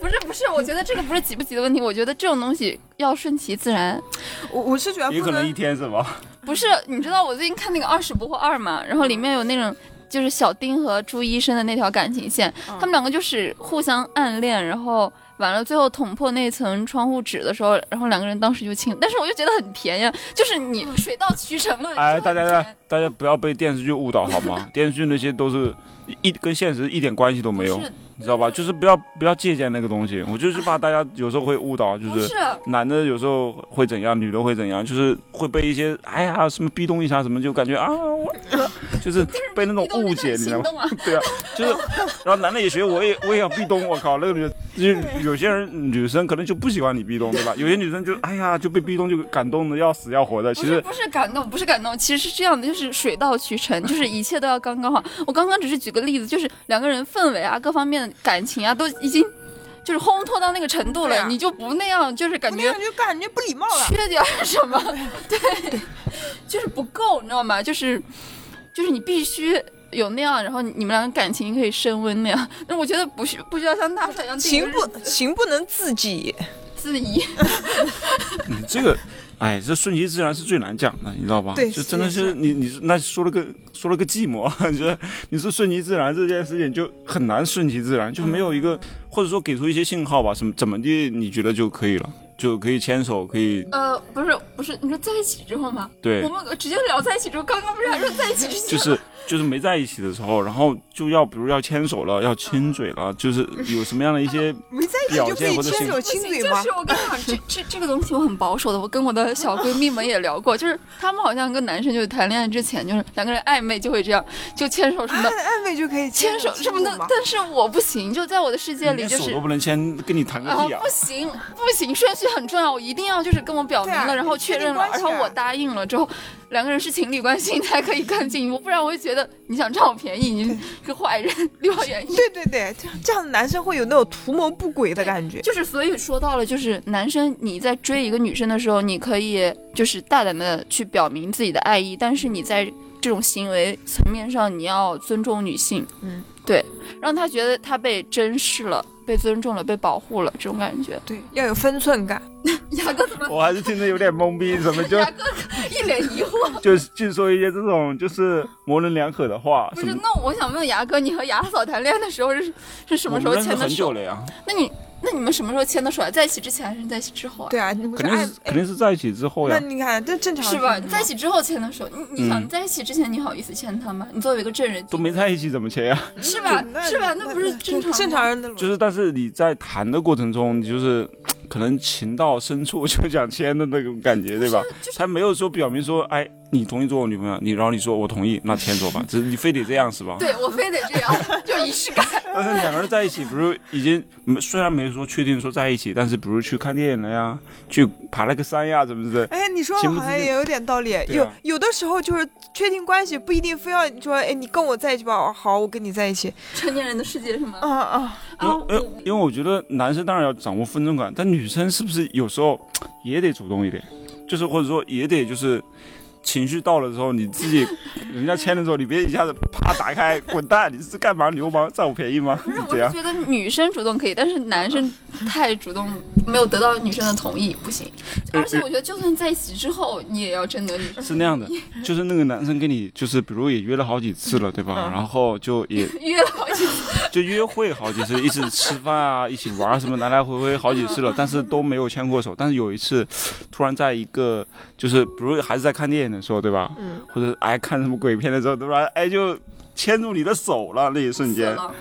不是不是，我觉得这个不是急不急的问题，我觉得这种东西要顺其自然。
我我是觉得
也
不
可啊能一
能，
天是吧？
不是，你知道我最近看那个《二十不惑二》嘛，然后里面有那种。就是小丁和朱医生的那条感情线，他们两个就是互相暗恋，然后完了最后捅破那层窗户纸的时候，然后两个人当时就亲，但是我就觉得很甜呀，就是你水到渠成了。
哎，
就很
大家大家
甜
大家不要被电视剧误导好 吗？电视剧那些都是一跟现实一点关系都没有，
是
你知道吧？就是不要不要借鉴那个东西。我就是怕大家有时候会误导，就
不
是
是
男的有时候会怎样，女的会怎样，就是会被一些哎呀什么壁咚一下什么，就感觉啊，我 就是被那种误解，你知道
心
吗？
动啊，
对啊，就是，然后男的也学，我也我也要壁咚，我靠，那个女的，就有些人女生可能就不喜欢你壁咚，对吧？有些女生就哎呀就被壁咚就感动的要死要活的，
不
其
是
实
不是感动，不是感动，其实是这样的，就是水到渠成，就是一切都要刚刚好。我刚刚只是举个例子，就是两个人氛围啊，各方面的感情啊，都已经就是烘托到那个程度了，
对啊
你就不那样，就是感
那
觉
样就感觉不礼貌了。
缺点儿什么，对，就是不够，你知道吗？就是就是你必须。有那样，然后你们两个感情可以升温那样，但我觉得不需不需要像大帅一样
行不行不能自己，
自疑，
你这个，哎，这顺其自然是最难讲的，你知道吧？
对
就是真的
是
是你你那说了个说了个寂寞， 就是你说顺其自然这件事情就很难顺其自然，就没有一个、或者说给出一些信号吧，什么怎么地你觉得就可以了，就可以牵手，可以
呃，不是不是，你说在一起之后吗？
对
我。们直接聊在一起之后，刚刚不是还说在一起之前，
就是就是没在一起的时候，然后就要比如要牵手了，要亲嘴了，就是有什么样的一些
没在一起就可以牵手亲嘴
不行就？
吗
是我跟你讲，这这这个东西我很保守的。我跟我的小闺蜜们也聊过，就是她们好像跟男生就是谈恋爱之前，就是两个人暧昧就会这样，就牵手什么的，
啊，暧昧就可以
牵手
亲
什么的
吗。？
但是我不行，就在我的世界
你
里
连
就
手
是
都。不能牵，跟你谈个
啊，
屁啊
不！行不行，顺序很重要，我一定要就是跟我表明
对
了，
啊
然后确认了，
确
然
定
后
关系啊
我答应了之后，两个人是情侣关系才可以更进一步，不然我会觉得你想占我便宜，你个坏人， 离我远一点。
对对对，这样这样的男生会有那种图谋不轨的感觉。
就是所以说到了，就是男生你在追一个女生的时候，你可以就是大胆的去表明自己的爱意，但是你在这种行为层面上，你要尊重女性，
嗯，
对，让她觉得她被珍视了。被尊重了，被保护了，这种感觉。
对，要有分寸感。
牙哥怎么？
我还是听着有点懵逼，怎么就
牙哥一脸疑 惑。
就就说一些这种就是模棱两可的话？
不
什
是，
么？
那我想问牙哥，你和牙嫂谈恋爱的时候是是什
我
么
们
时候
认识
牵的
很久
手？
了呀，
那你那你们什么时候牵的手啊？在一起之前还是在一起之后啊？
对啊，你不
肯定
爱
是啊肯定是在一起之后
那
呀。
你看这正常
是吧？在一起之后牵的手，你你想
嗯
你在一起之前，你好意思牵他吗？你作为一个证人，
都没在一起怎么签呀？
是吧？是吧？嗯那不是正
正
常吗
正常人的逻辑
就是，但是你在谈的过程中，你就是可能情到深处就想签的那种感觉，对吧？他没有说表明说，哎，你同意做我女朋友，你然后你说我同意，那牵手吧，只是 你非得这样是吧？
对我非得这样，就仪式感。
但是两个人在一起，不是已经嗯虽然没说确定说在一起，但是不是去看电影了呀，去爬了个山呀，怎么的？
哎，你说的
情不
好
自
像
禁
也有点道理。
对
有
啊
有的时候就是确定关系不一定非要你说，哎，你跟我在一起吧，哦好，我跟你在一起。
成年人的世界是吗？
啊啊，
因
啊，
为因为
我
因为我觉得男生当然要掌握分寸感，但女生是不是有时候也得主动一点，就是或者说也得就是情绪到了之后，你自己人家签的时候，你别一下子啪打开滚蛋，你是干嘛流氓占我便宜吗？
不是，我
这
是
样
觉得女生主动可以，但是男生太主动，没有得到女生的同意不行。
呃
而且我觉得，就算在一起之后，你也要征得女生
是那样的，就是那个男生跟你就是比如也约了好几次了，对吧？嗯然后就也
约了好几次，
就约会好几次，一起吃饭啊，一起玩啊什么，来来回回好几次了，但是都没有牵过手。但是有一次，突然在一个就是，比如还是在看电影的时候，对吧？
嗯。
或者哎看什么鬼片的时候，突然哎就牵住你的手了，那一瞬间。
了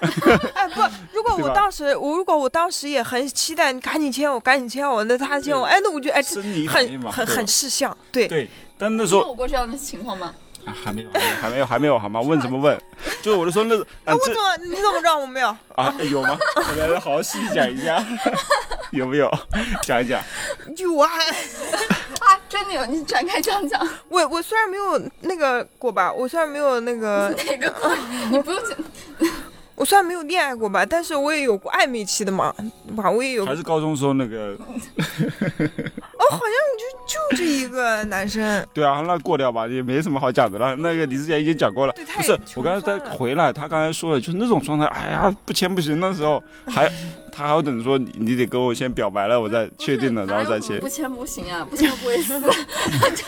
哎不，如果
对
我
吧
当时，我如果我当时也很期待你赶紧牵我，赶紧牵我，那他牵我，哎，那我就哎，这
生理反应
很
嘛，
很
对吧
很识相，对，
对。但那时
你
候
有过这样的情况吗？
啊还没有，还没有，还没有，好吗？问什么 问？就我就说那
哎，
啊
我
这
怎么你怎么知道我 没有？
啊有吗？我来好好细讲一下， 有没有？讲一讲。
有啊，
啊，真的有，你展开讲讲
我我虽然没有那个过吧，我虽然没有 那个，
哪个 故事？你不用讲，
我虽然没有恋爱过吧，但是我也有过暧昧期的嘛，对吧，我也有，
还是高中时候那个，
哦，好像就就这一个男生，
对啊，那过掉吧，也没什么好讲的了。那个你之前已经讲过了，
对太
不是我
穷
刚才在
酸了
回来，他刚才说了，就是那种状态，哎呀，不签不行。那时候还他还要等说你你得跟我先表白了，我再呃确定了，
哪
然
有
后再签
嗯哎不。签不行啊，不签不会 死。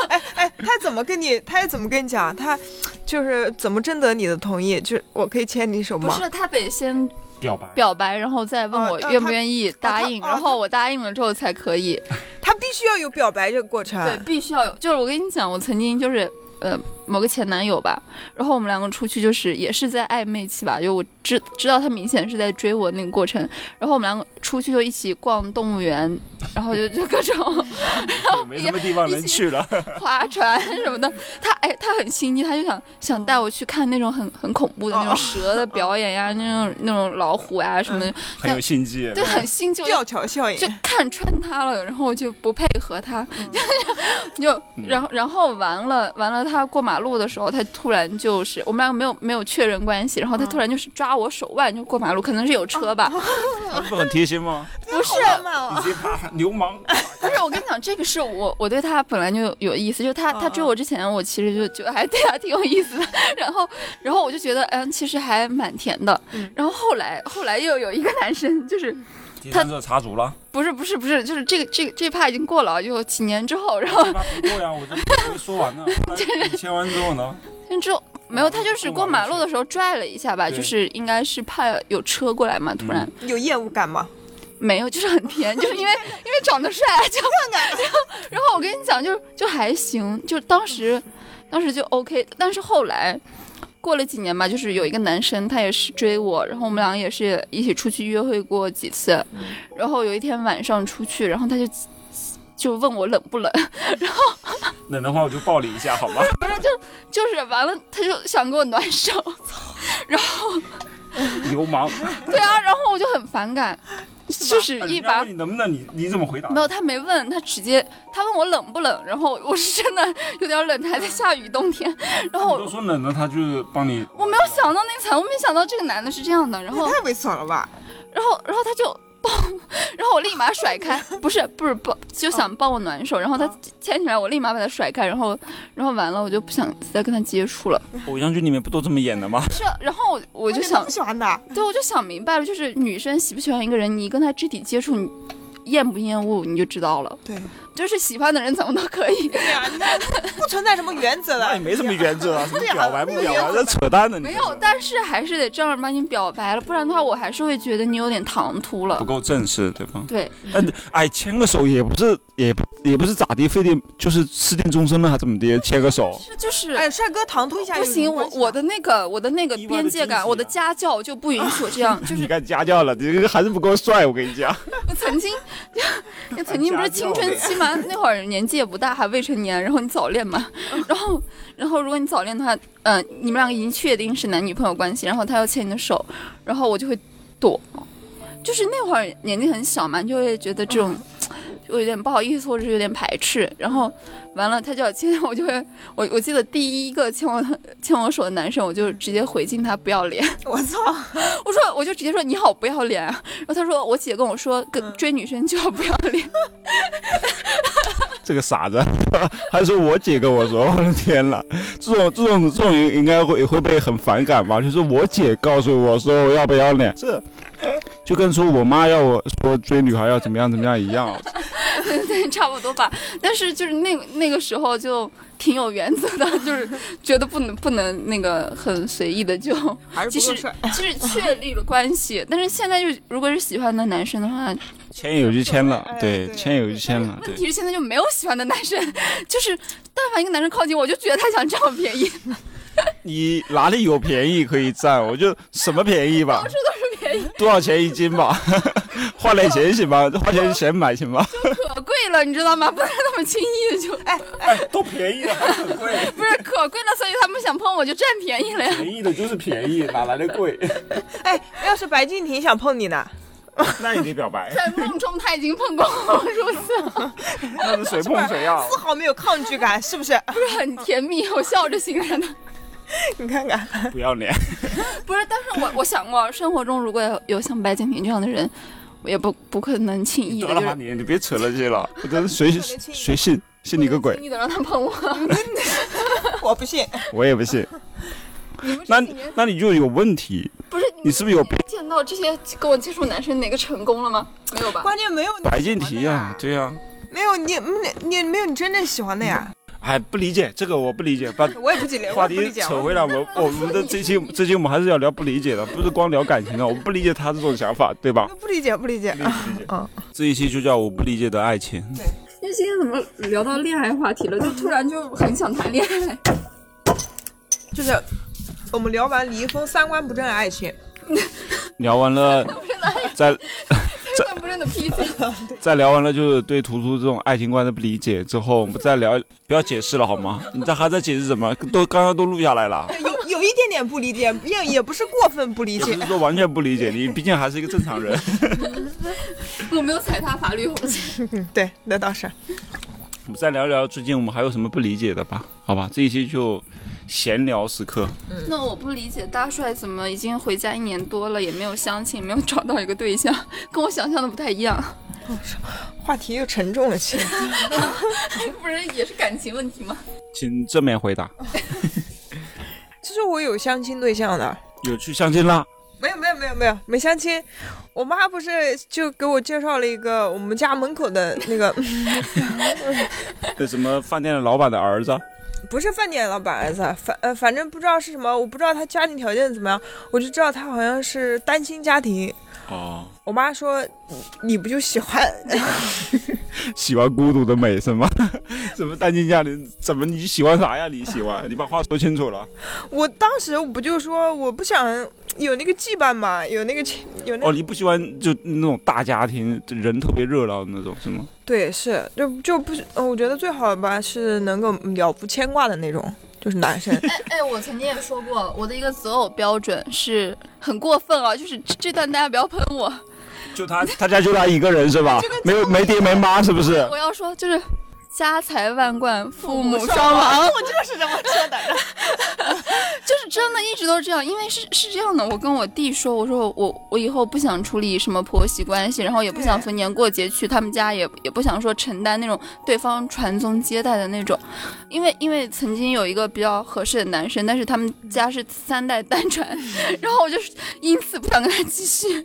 哎哎，他怎么跟你，他怎么跟你讲，啊他就是怎么征得你的同意，就是我可以牵你手
不
吗？
是，他得先
表白
表白，然后再问
啊
我
啊
愿不
他
愿意答应，
啊
然后我答应了之后才可以。
他必须要有表白这个过程，
对，必须要有。就是我跟你讲，我曾经就是呃某个前男友吧，然后我们两个出去就是也是在暧昧期吧，就我知知道他明显是在追我那个过程，然后我们两个出去就一起逛动物园，然后就就各种
没什么地方能去了。
划船什么的。他哎，他很心机，他就想想带我去看那种很很恐怖的那
哦
种蛇的表演呀，那种那种老虎呀什么的，
很有心 机。
对，很心机。我就
嗯吊桥 效应
就。看穿他了，然后我就不配合他， 就然后然后完了完了，他过马路的时候，他突然就是我们两个没有没有确认关系，然后他突然就是抓我手腕就过马路，可能是有车吧，
他不很贴心吗？
不是嗯
啊
你直接啪流 氓。
不是，我跟你讲，这个是我我对他本来就有意思，就是他他追我之前，我其实就觉得还对他挺有意思的，然后然后我就觉得嗯，其实还蛮甜的，然后后来后来又有一个男生就是。
第三者插足了，
不是不是不是，就是这个这个这趴已经过了，就几年之后，然后
那不够呀，我这没说完呢。你签完之后呢？
但之后没有，他就是过马路的时候拽了一下吧，
对
就是应该是怕有车过来嘛，突然、
有厌恶感吗？
没有，就是很甜，就是因为因为长得帅，啊就然 后然后我跟你讲，就就还行，就当时当时就 OK，但是后来。过了几年吧，就是有一个男生，他也是追我，然后我们两个也是一起出去约会过几次，然后有一天晚上出去，然后他就就问我冷不冷，
冷的话我就抱你一下，好吗？
不是就就是完了，他就想给我暖手，
流氓。
对啊，然后我就很反感，就是一
人家
把
问你能不能，你你怎么回答？
没有，他没问，他直接他问我冷不冷，然后我是真的有点冷，还在下雨冬天，然后
你都
我
说冷了，他就是帮你。
我没有想到那层，我没想到这个男的是这样的，然后
太猥琐了吧！
然后然后他就抱，然后我立马甩开，不是不是抱，就想抱我暖手，然后他
嗯
牵起来，我立马把他甩开，然后然后完了我就不想再跟他接触了，
偶像剧里面不都这么演的吗？
是，啊然后我我就想
不喜欢的，
对，我就想明白了， 就是女生喜不喜欢一个人，你跟他肢体接触，你厌不厌恶，你就知道了。
对，
就是喜欢的人怎么都可以。
对呀、那 不存在什么原则 的。
那也没什么原则啊，什么
对呀
表白不
没有
表白，
原
这
则
扯淡呢！你
没
这
有，但是还是得正儿八经表白了，不然的话我还是会觉得你有点唐突
不
了。
够正式，对吧？
对，
但哎，牵个手也不是，也不也不是咋地，非得就是私定终身了还怎么的？牵个手，
这就是
哎，帅哥唐突一下
不
有什
行，
么
我
关系啊
我的那个我的那个
意外的
边界
惊
感，
喜
我的
啊
家教就不允许我 这样。就
你
是
看家教了，你这个还是不够帅，我跟你讲。
我曾经，你曾经不是青春期嘛， 那会儿年纪也不大，还未成年，然后你早恋嘛，然后然后如果你早恋的话，嗯、你们两个已经确定是男女朋友关系，然后他要牵你的手，然后我就会躲，就是那会儿年纪很小嘛，你就会觉得这种。我有点不好意思，或者是有点排斥，然后完了，他就要牵 我，就会我我记得第一个牵我牵我手的男生，我就直接回敬他不要脸，
我操，
我说，我就直接说你好不要脸啊！然后他说，我姐跟我说，跟追女生就要不要脸。
这个傻子，还是我姐跟我说，我的天呐，这种这种这种应应该会会被很反感吧？就是我姐告诉我说我要不要脸，这就跟说我妈要我说追女孩要怎么样怎么样一样。
对对，差不多吧。但是就是那个那个时候就挺有原则的，就是觉得不能不能那个很随意的就，
还是
即
不够
使
帅。
即使确立了关系，但是现在就如果是喜欢的男生的话，
牵友就牵了，
哎
对，
对
牵友就牵了，对
问。题是现在就没有喜欢的男生， 就是但凡一个男生靠近我，我就觉得他想占我便宜，
你哪里有便宜可以占？我就什么便宜吧，
这都是便宜，
多少钱一斤吧，花点钱行吧，花点钱买行吧，
可贵了，你知道吗？不能那么轻易的就，哎，
都便宜了，还很贵，
不是可贵了，所以他们想碰我就占便宜了呀。
便宜的就是便宜，哪来的贵？
哎，要是白敬亭想碰你呢？
那你得表白，
在梦中他已经碰过我如此，
那是谁碰谁啊？
丝毫没有抗拒感，是不是？
不是很甜蜜，我笑着形容的。
你看看，
不要脸。
不是，但是我我想过，生活中如果有有像白敬亭这样的人，我也不不可能轻易的
得了
就
吧
是
你，你别扯了这些了，我真是谁
特别亲
谁信信你个鬼
轻，易的让他碰我。
我不信。
我也不信。
你们这
那
几年
那你就有问题，
不是
你是不是有
们见到这些跟我接触男生哪个成功了吗？没有吧？
关键没有你
白敬亭啊
哎
喜欢的
呀
呀，，
对呀。
没有你，你你没有你真正喜欢的呀。
哎，不理解这个，我不理解。把
我也不理解，
话
哎我也不
题
理解。
扯回来，我们我们的这 期这期我们还是要聊不理解的，不是光聊感情的。我不理解他这种想法，对吧
我？不理解，不理解。嗯，
这一期就叫我不理解的爱情。
因为今天怎么聊到恋爱话题了，就突然就很想谈恋 爱。
就是我们聊完离婚三观不正的爱情，
聊完了，再
真的不认得脾气，
再聊完了就是对图图这种爱情观的不理解之后，我们再聊，不要解释了好吗？你这还在解释什么？都刚刚都录下来了。
有有一点点不理解，也也不是过分不理
也
解
不。是说完全不理解你，毕竟还是一个正常 人。
我没有踩踏法律红线。
嗯，对，那倒是。
我们再聊一聊最近我们还有什么不理解的吧？好吧，这一期就闲聊时刻。
那我不理解大帅怎么已经回家一年多了，也没有相亲，没有找到一个对象，跟我想象的不太一样。
话题又沉重了起来。
不是也是感情问题吗？
请正面回答。
其实我有相亲对象的。
有去相亲啦？
没有没有没有没有没相亲，我妈不是就给我介绍了一个我们家门口的那个，
那什么饭店的老板的儿子？
不是饭店老板儿子，反呃反正不知道是什么，我不知道他家庭条件怎么样，我就知道他好像是单亲家庭。
哦，
我妈说，你不就喜欢？
喜欢孤独的美是吗？ 怎么单亲家庭？怎么你喜欢啥呀？你喜欢？你把话说清楚了。
我当时我不就说我不想有那个羁绊嘛，有那个亲有那 个
哦，你不喜欢就那种大家庭，就人特别热闹的那种是吗？
对是就就不是，呃我觉得最好吧是能够了无牵挂的那种，就是男生。
哎哎，我曾经也说过，我的一个择偶标准是很过分啊，就是这这段大家不要喷我，
就他他家就他一个人是吧？没有没爹没妈是不是？
我要说就是 家财万贯，父母双亡，
我就是这么说的。
就是是真的，一直都是这样。因为是是这样的，我跟我弟说，我说我我以后不想处理什么婆媳关系，然后也不想逢年过节去他们家，也也不想说承担那种对方传宗接代的那种。因为因为曾经有一个比较合适的男生，但是他们家是三代单传， 然后我就是因此不想跟他继续。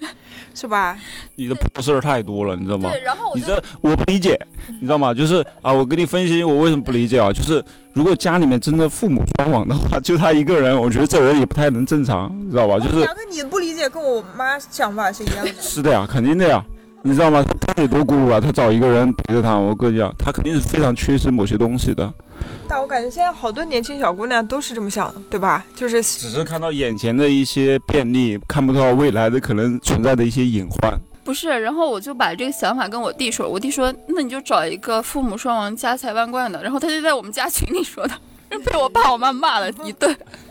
是吧？
你的破事儿太多了，你知道吗
对，？然后我
你
就
这我不理解，你知道吗？就是啊，我给你分析我为什么不理解啊，就是如果家里面真的父母双亡的话，就他一个人，我觉得这人也不太能正常，你知道吧？就是
两个你不理解，跟我妈想法是一样的。
是的呀，肯定的呀，你知道吗？他得多孤独啊，他找一个人陪着他，我跟你讲，他肯定是非常缺失某些东西的，
但我感觉现在好多年轻小姑娘都是这么想的，对吧？就是
只是看到眼前的一些便利，看不到未来的可能存在的一些隐患。
不是，然后我就把这个想法跟我弟说，我弟说那你就找一个父母双亡、家财万贯的，然后他就在我们家群里说的， 被我爸我妈骂了一顿。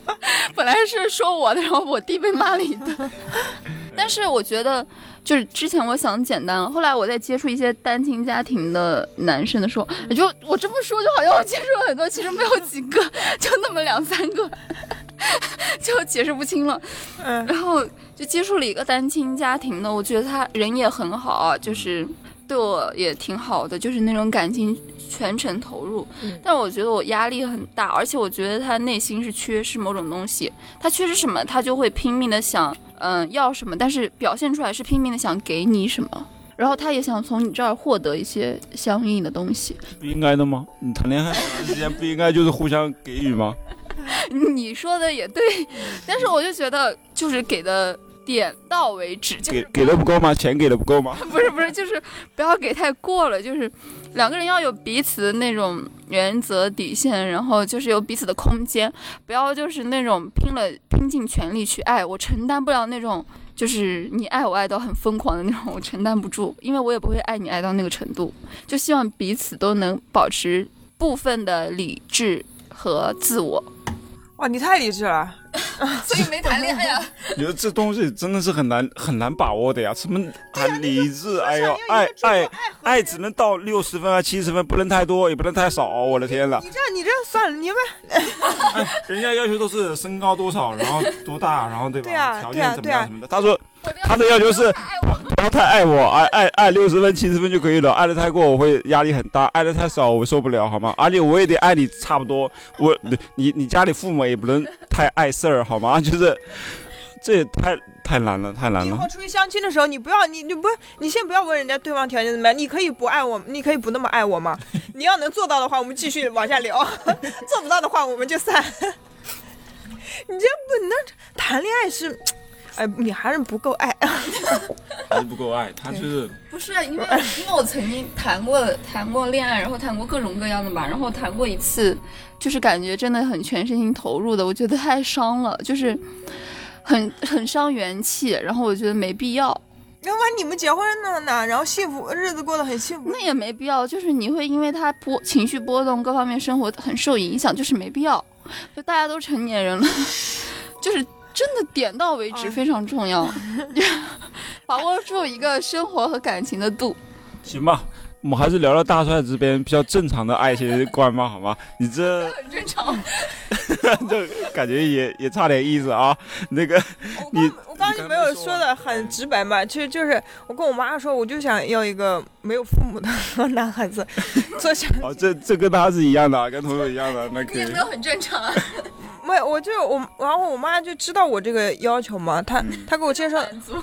本来是说我的，然后我弟被骂了一顿。但是我觉得，就是之前我想简单，后来我在接触一些单亲家庭的男生的时候，也就我这么说，就好像我接触了很多，其实没有几个，就那么两三个， 就解释不清了。
嗯，
然后就接触了一个单亲家庭的，我觉得他人也很好啊，就是对我也挺好的，就是那种感情全程投入。
嗯
但我觉得我压力很大，而且我觉得他内心是缺失某种东西，他缺失什么，他就会拼命的想，嗯、要什么，但是表现出来是拼命的想给你什么。然后他也想从你这儿获得一些相应的东西，
不应该的吗？你谈恋爱之间不应该就是互相给予吗？
你说的也对，但是我就觉得就是给的点到为止，就是
给给的不够吗？钱给的不够吗？
不是不是，就是不要给太过了，就是两个人要有彼此的那种原则底线，然后就是有彼此的空间，不要就是那种拼了拼尽全力去爱，我承担不了那种就是你爱我爱到很疯狂的那种，我承担不住，因为我也不会爱你爱到那个程度，就希望彼此都能保持部分的理智和自我，
哇，你太理智了。
所以没谈恋爱啊。
你说这东西真的是很难很难把握的呀，什么很理智，哎呦，爱
哎哎，
爱爱只能到六十分啊七十分，不能太多也不能太少，我的天呐！
你这你这算了，你们
人家要求都是身高多少，然后多大，然后对吧？
对啊
条
对啊
件怎么
对啊
样什么的。他说他的要求是
哎
不要太爱我，爱爱爱六十分七十分就可以了，爱的太过我会压力很大，爱的太少我受不了，好吗？而且我也得爱你差不多，我你你家里父母也不能太碍事儿，好吗？就是这也太太难了，太难
以
了
后。出去相亲的时候，你不要你你不你先不要问人家对方条件怎么样，你可以不爱我，你可以不那么爱我吗？你要能做到的话，我们继续往下聊；做不到的话，我们就散。 你这不那谈恋爱是，哎，你还是不够爱。
还是不够爱，他就是
不是啊因为因为我曾经谈过 谈过恋爱，然后谈过各种各样的吧，然后谈过一次，就是感觉真的很全身心投入的，我觉得太伤了，就是很很伤元气，然后我觉得没必要，
要不然你们结婚了呢，然后幸福日子过得很幸福
那。也没必要，就是你会因为他波情绪波动各方面生活很受影响，就是没必要，就大家都成年人了， 就是真的点到为止
嗯
非常重要， 把握住一个生活和感情的度。
行吧。我们还是聊聊大帅这边比较正常的爱情观吧，好吗？你这
很正常，
这感觉也也差点意思啊。那个
我
你
刚我刚刚没有说的很直白嘛，其实就是我跟我妈说，我就想要一个没有父母的 男孩子做小
哦，这这跟他是一样的啊，跟彤彤一样的，那可
你
以
有。没有很正常啊？
没有，我就我，然后我妈就知道我这个要求嘛，她
嗯
她给我介绍，
满足。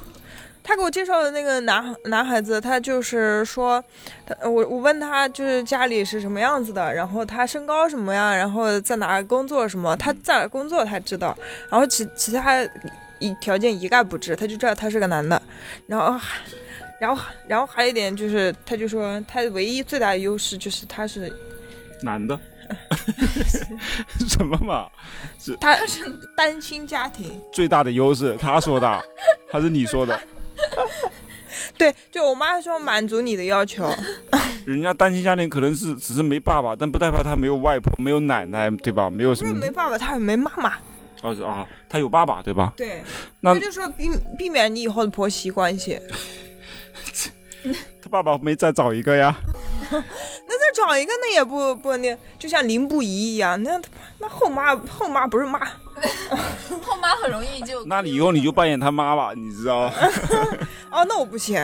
她给我介绍的那个男男孩子，他就是说，他我我问他就是家里是什么样子的，然后他身高什么样，然后在哪儿工作什么，他在哪儿工作他知道，然后其其他一条件一概不知，他就知道他是个男的，然后还。然后，然后还有一点就是，他就说他唯一最大的优势就是他是
男的， 什么嘛？
他是单亲家庭，
最大的优势，他说 的，还是你说的？
对，就我妈说满足你的要求，
人家单亲家庭可能是只是没爸爸，但不代表他没有外婆，没有奶奶，对吧？没有什
不是
么
没爸爸，他也没妈妈。
哦是啊，他有爸爸，对吧？
对，
那
他就说避避免你以后的婆媳关系。
他爸爸没再找一个呀？
那再找一个，那也不不那，就像林不疑一样，那他那后妈后妈不是妈，
后妈很容易就
那你以后你就扮演他妈吧，你知 道吗？
哦，那我不行。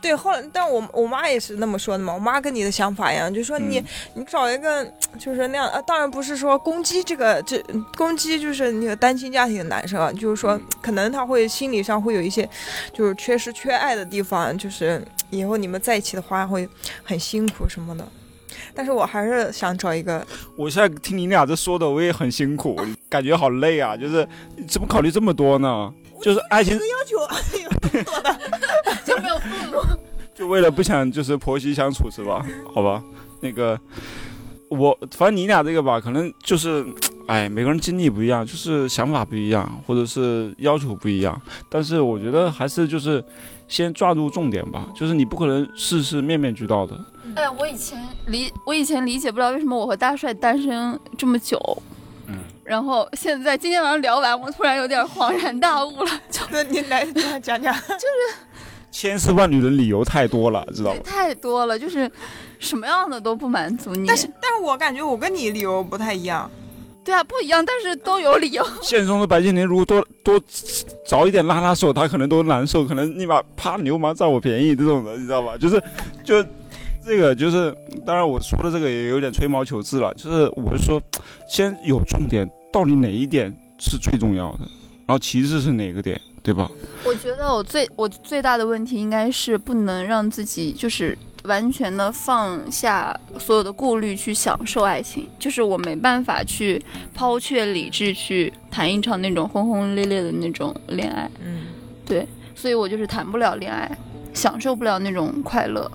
对，后来但我我妈也是那么说的嘛，我妈跟你的想法一样，就说你、你找一个就是那样啊，当然不是说攻击这个这攻击就是那个单亲家庭的男生啊，就是说、可能他会心理上会有一些就是缺失缺爱的地方，就是以后你们在一起的话会很辛苦什么的。但是我还是想找一 个，
我现在听你俩这说的，我也很辛苦，感觉好累啊！就是怎么考虑这么多呢？就是爱情，
要求
就没有父母。
就为了不想就是婆媳相处是吧？好吧，那个我反正你俩这个吧，可能就是，哎，每个人经历不一样，就是想法不一样，或者是要求不一样。但是我觉得还是就是先抓住重点吧，就是你不可能事事面面俱到的。
哎，我以前理我以前理解不了为什么我和大帅单身这么久。
嗯。
然后现在今天晚上聊完，我突然有点恍然大悟了，就
对，你来讲讲讲，
千丝万缕的理由太多了，知道吗
对？太多了，就是什么样的都不满足你。
但是但是我感觉我跟你理由不太一样，
对啊，不一样，但是都有理由。
现实中的白敬亭如果多多早一点拉拉手，他可能都难受，可能立马啪流氓占我便宜这种的，你知道吧？ 就是就这个就是，当然我说的这个也有点吹毛求疵了，就是我是说，先有重点，到底哪一点是最重要的，然后其次是哪个点，对吧？
我觉得我最我最大的问题应该是不能让自己就是完全的放下所有的顾虑去享受爱情，就是我没办法去抛却理智去谈一场那种轰轰烈烈的那种恋爱，
嗯。
对，所以我就是谈不了恋爱，享受不了那种快乐。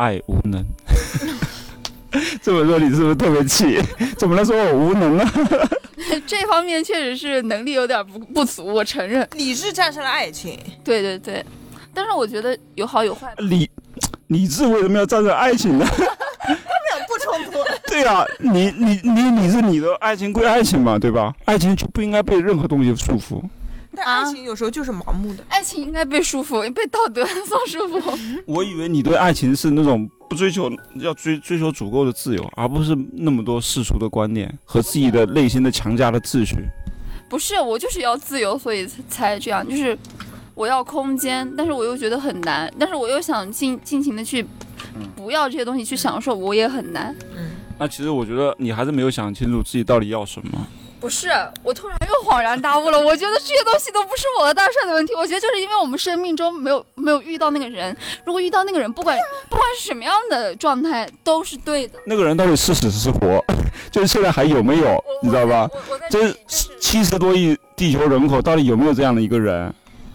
爱无能。 这么说你是不是特别气？ 怎么能说我无能呢？
这方面确实是能力有点不不足，我承认。
理智战胜了爱情，
对对对，但是我觉得有好有坏吧。
理理智为什么要战胜爱情呢？
这 不冲突。
对啊，你你你你是你的爱情归爱情嘛，对吧？爱情就不应该被任何东西束缚。
但
啊
爱情有时候就是盲目的。
爱情应该被束缚，被道德 所束缚。
我以为你对爱情是那种不追求，要追追求足够的自由，而不是那么多世俗的观念和自己的内心的强加的秩序。
不是，我就是要自由，所以才才这样，就是我要空间，但是我又觉得很难，但是我又想尽尽情的去不要这些东西去享受，我也很难。
那其实我觉得你还是没有想清楚自己到底要什么。
不是，我突然又恍然大悟了，我觉得这些东西都不是我和大帅的问题，我觉得就是因为我们生命中没有没有遇到那个人，如果遇到那个人，不管不管是什么样的状态都是对的。
那个人到底是死是活， 就是现在还有没有，你知道吧？？
我我在
这七十多亿地球人口到底有没有这样的一个人？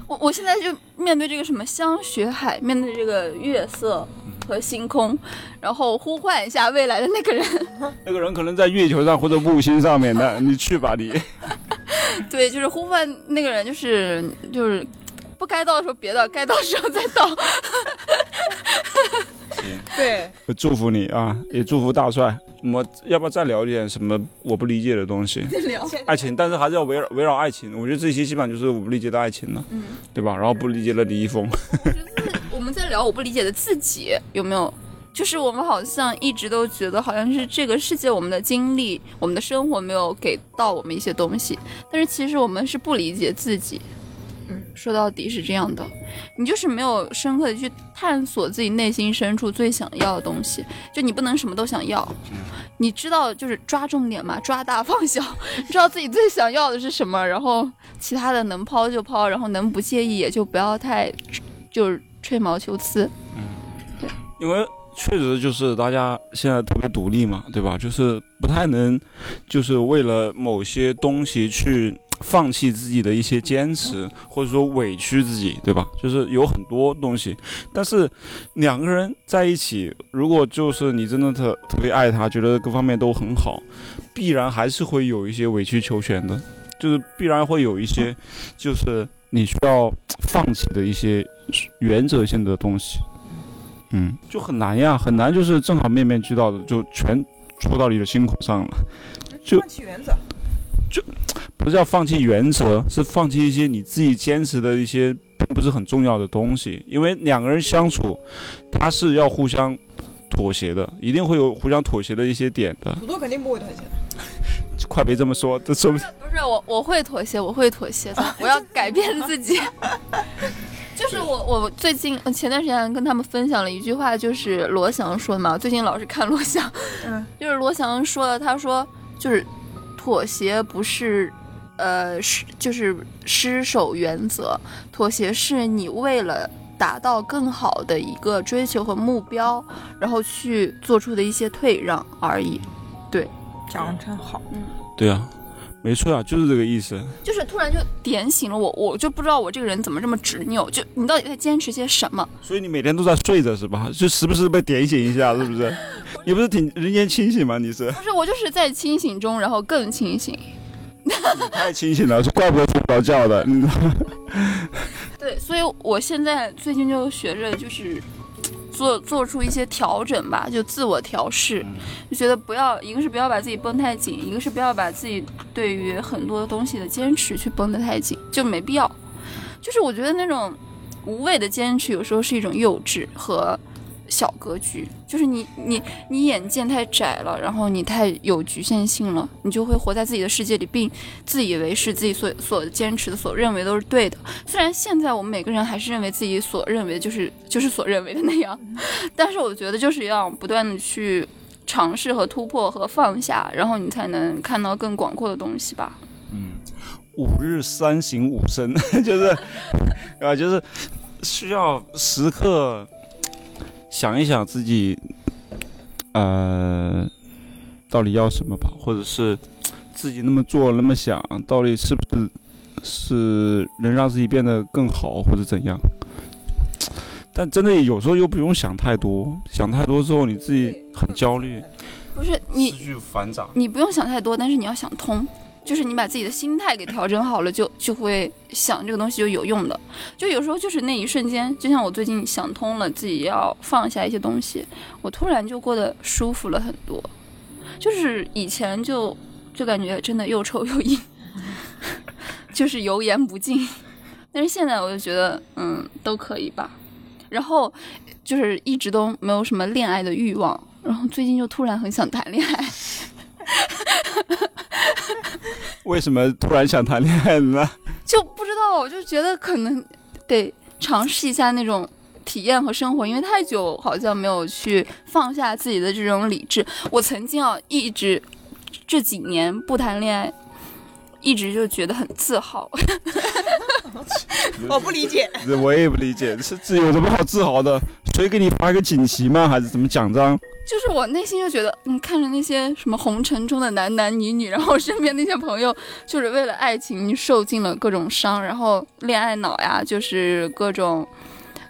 我我现在就面对这个什么香雪海，面对这个月色和星空，然后呼唤一下未来的那个人，
那个人可能在月球上或者木星上面的，你去吧你。
对，就是呼唤那个人，就是就是不该到的时候别到，该到的时候再到。
对，
我祝福你啊，也祝福大帅。我们要不要再聊一点什么我不理解的东西？
聊
爱情，但是还是要围绕围绕爱情。我觉得这期基本上就是我不理解的爱情了，嗯，对吧？然后不理解的李易峰，
嗯我们在聊我不理解的自己有没有？就是我们好像一直都觉得好像是这个世界，我们的经历、我们的生活没有给到我们一些东西，但是其实我们是不理解自己。嗯，说到底是这样的，你就是没有深刻的去探索自己内心深处最想要的东西，就你不能什么都想要，你知道就是抓重点嘛，抓大放 小，知道自己最想要的是什么，然后其他的能抛就抛，然后能不介意也就不要太就是吹毛求疵。
因为确实就是大家现在特别独立嘛，对吧？就是不太能，就是为了某些东西去放弃自己的一些坚持，或者说委屈自己，对吧？就是有很多东西，但是两个人在一起，如果就是你真的特特别爱他，觉得各方面都很好，必然还是会有一些委曲求全的，就是必然会有一些，就是你需要放弃的一些原则性的东西。嗯，就很难呀，很难，就是正好面面俱到的，就全戳到你的心口上了。就
放弃原则。
不是要放弃原则，是放弃一些你自己坚持的一些并不是很重要的东西。因为两个人相处，他是要互相妥协的，一定会有互相妥协的一些点的。
土豆肯定不会妥协的。
快别这么说，这说不定
不是我，我会妥协，我会妥协的，我要改变自己。 就是我，我最近前段时间跟他们分享了一句话，就是罗翔说的嘛。最近老是看罗翔，
嗯，
就是罗翔说的，他说就是妥协不是，呃，是就是失守原则，妥协是你为了达到更好的一个追求和目标，然后去做出的一些退让而已。
讲的真好。
对啊，没错啊，就是这个意思。
就是突然就点醒了我，我就不知道我这个人怎么这么执拗，就你到底在坚持些什么？
所以你每天都在睡着是吧？就时不时被点醒一下，是不是？你不是挺人间清醒吗？你是
不是我就是在清醒中，然后更清醒。
你太清醒了，是怪不得睡不着觉的。你知道吗
对，所以我现在最近就学着就是做做出一些调整吧，就自我调试，就觉得不要一个是不要把自己绷太紧，一个是不要把自己对于很多东西的坚持去绷得太紧，就没必要。就是我觉得那种无谓的坚持，有时候是一种幼稚和。小格局就是你你你眼界太窄了，然后你太有局限性了，你就会活在自己的世界里，并自以为是自己所所坚持的、所认为都是对的。虽然现在我们每个人还是认为自己所认为的就是就是所认为的那样， 但是我觉得就是要不断的去尝试和突破和放下，然后你才能看到更广阔的东西吧。
五日三省吾身， 就是啊，就是需要时刻想一想自己，呃，到底要什么吧，或者是自己那么做那么想，到底是不是是能让自己变得更好，或者怎样？但真的有时候又不用想太多，想太多之后你自己很焦虑，
嗯
不是你
思绪繁杂。
你不用想太多，但是你要想通，就是你把自己的心态给调整好了，就就会想这个东西就有用的。就有时候就是那一瞬间，就像我最近想通了，自己要放下一些东西，我突然就过得舒服了很多。就是以前就就感觉真的又臭又硬， 就是油盐不进，但是现在我就觉得嗯都可以吧。然后就是一直都没有什么恋爱的欲望，然后最近就突然很想谈恋爱。
为什么突然想谈恋爱了呢？
就不知道，我就觉得可能得尝试一下那种体验和生活，因为太久好像没有去放下自己的这种理智。我曾经啊，一直这几年不谈恋爱，一直就觉得很自豪。
我不理解，
这我也不理解，是自己有什么好自豪的？谁给你发个锦旗吗？还是什么奖章？
就是我内心就觉得，嗯，看着那些什么红尘中的男男女女，然后身边那些朋友，就是为了爱情受尽了各种伤，然后恋爱脑呀，就是各种，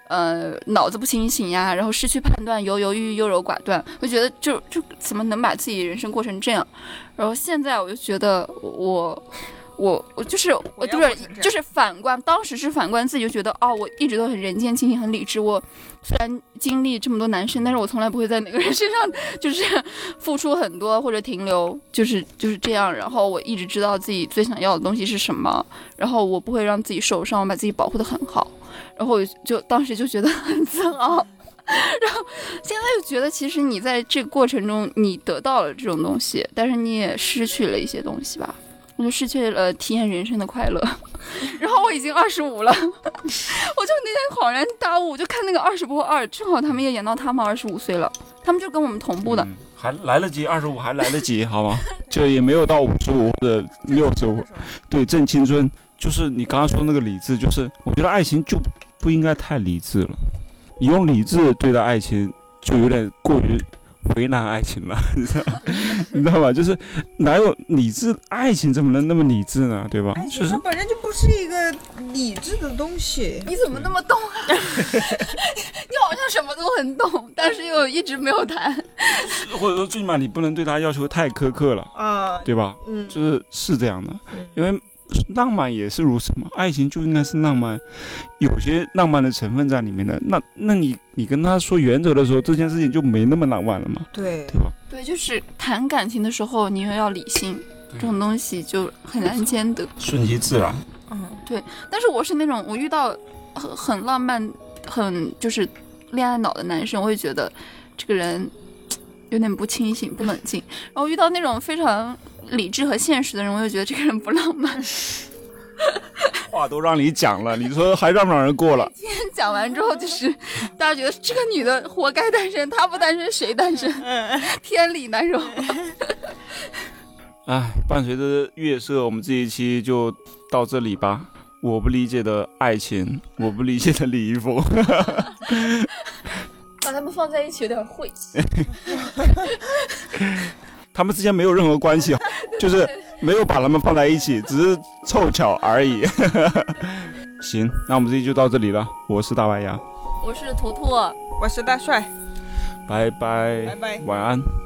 呃，脑子不清醒呀，然后失去判断，犹犹豫豫，优柔寡断，我觉得就就怎么能把自己人生过成这样？然后现在我就觉得我。我我就是我
我要
就
过
是
成这样
就是反观，当时是反观自己，就觉得哦，我一直都很人间清醒，很理智。我虽然经历这么多男生，但是我从来不会在哪个人身上就是付出很多或者停留，就是就是这样。然后我一直知道自己最想要的东西是什么，然后我不会让自己受伤，我把自己保护的很好。然后我就当时就觉得很自哦 豪，然后现在就觉得其实你在这个过程中你得到了这种东西，但是你也失去了一些东西吧。我就失去了体验人生的快乐， 然后我已经二十五了， 我就那天恍然大悟，我就看那个二十不惑二，正好他们也演到他们二十五岁了，他们就跟我们同步的，
嗯还来得及，二十五还来得 及，好吗？就也没有到五十五或者六十五，对，正青春。就是你刚刚说那个理智，就是我觉得爱情就不应该太理智了，你用理智对待爱情就有点过于为难爱情了， 你知道吗？你知道吧？就是哪有理智爱情怎么能那么理智呢？对吧？
爱
就嗯
情
是
它本身就不是一个理智的东西。
你怎么那么懂啊？ 你好像什么都很懂，但是又一直没有谈。
或者说最起码你不能对他要求太苛刻了，
啊，
对吧？
嗯，
就是是这样的
嗯，
因为浪漫也是如此嘛，爱情就应该是浪漫，有些浪漫的成分在里面的。那那你你跟他说原则的时候，这件事情就没那么浪漫了嘛，
对，
对吧？
对，就是谈感情的时候，你又要理性，
对
这种东西就很难兼得。
顺其自然。
嗯，
但是我是那种我遇到很很浪漫、很就是恋爱脑的男生，我会觉得这个人。有点不清醒、不冷静。然后遇到那种非常理智和现实的人，我就觉得这个人不浪漫。
话都让你讲了，你说还让不让人过了？
今天 讲完之后，就是大家觉得这个女的活该单身，她不单身谁单身？ 天理难容。
唉，伴随着月色，我们这一期就到这里吧。我不理解的爱情，我不理解的李易 峰，
把他们放在一起有点晦 气。
他们之间没有任何关系，哦就是没有把他们放在一起，只是凑巧而已。 行，那我们这期就到这里了。我是大白牙，
我是图图。
哎
我是大帅，
拜拜，
拜拜
晚安。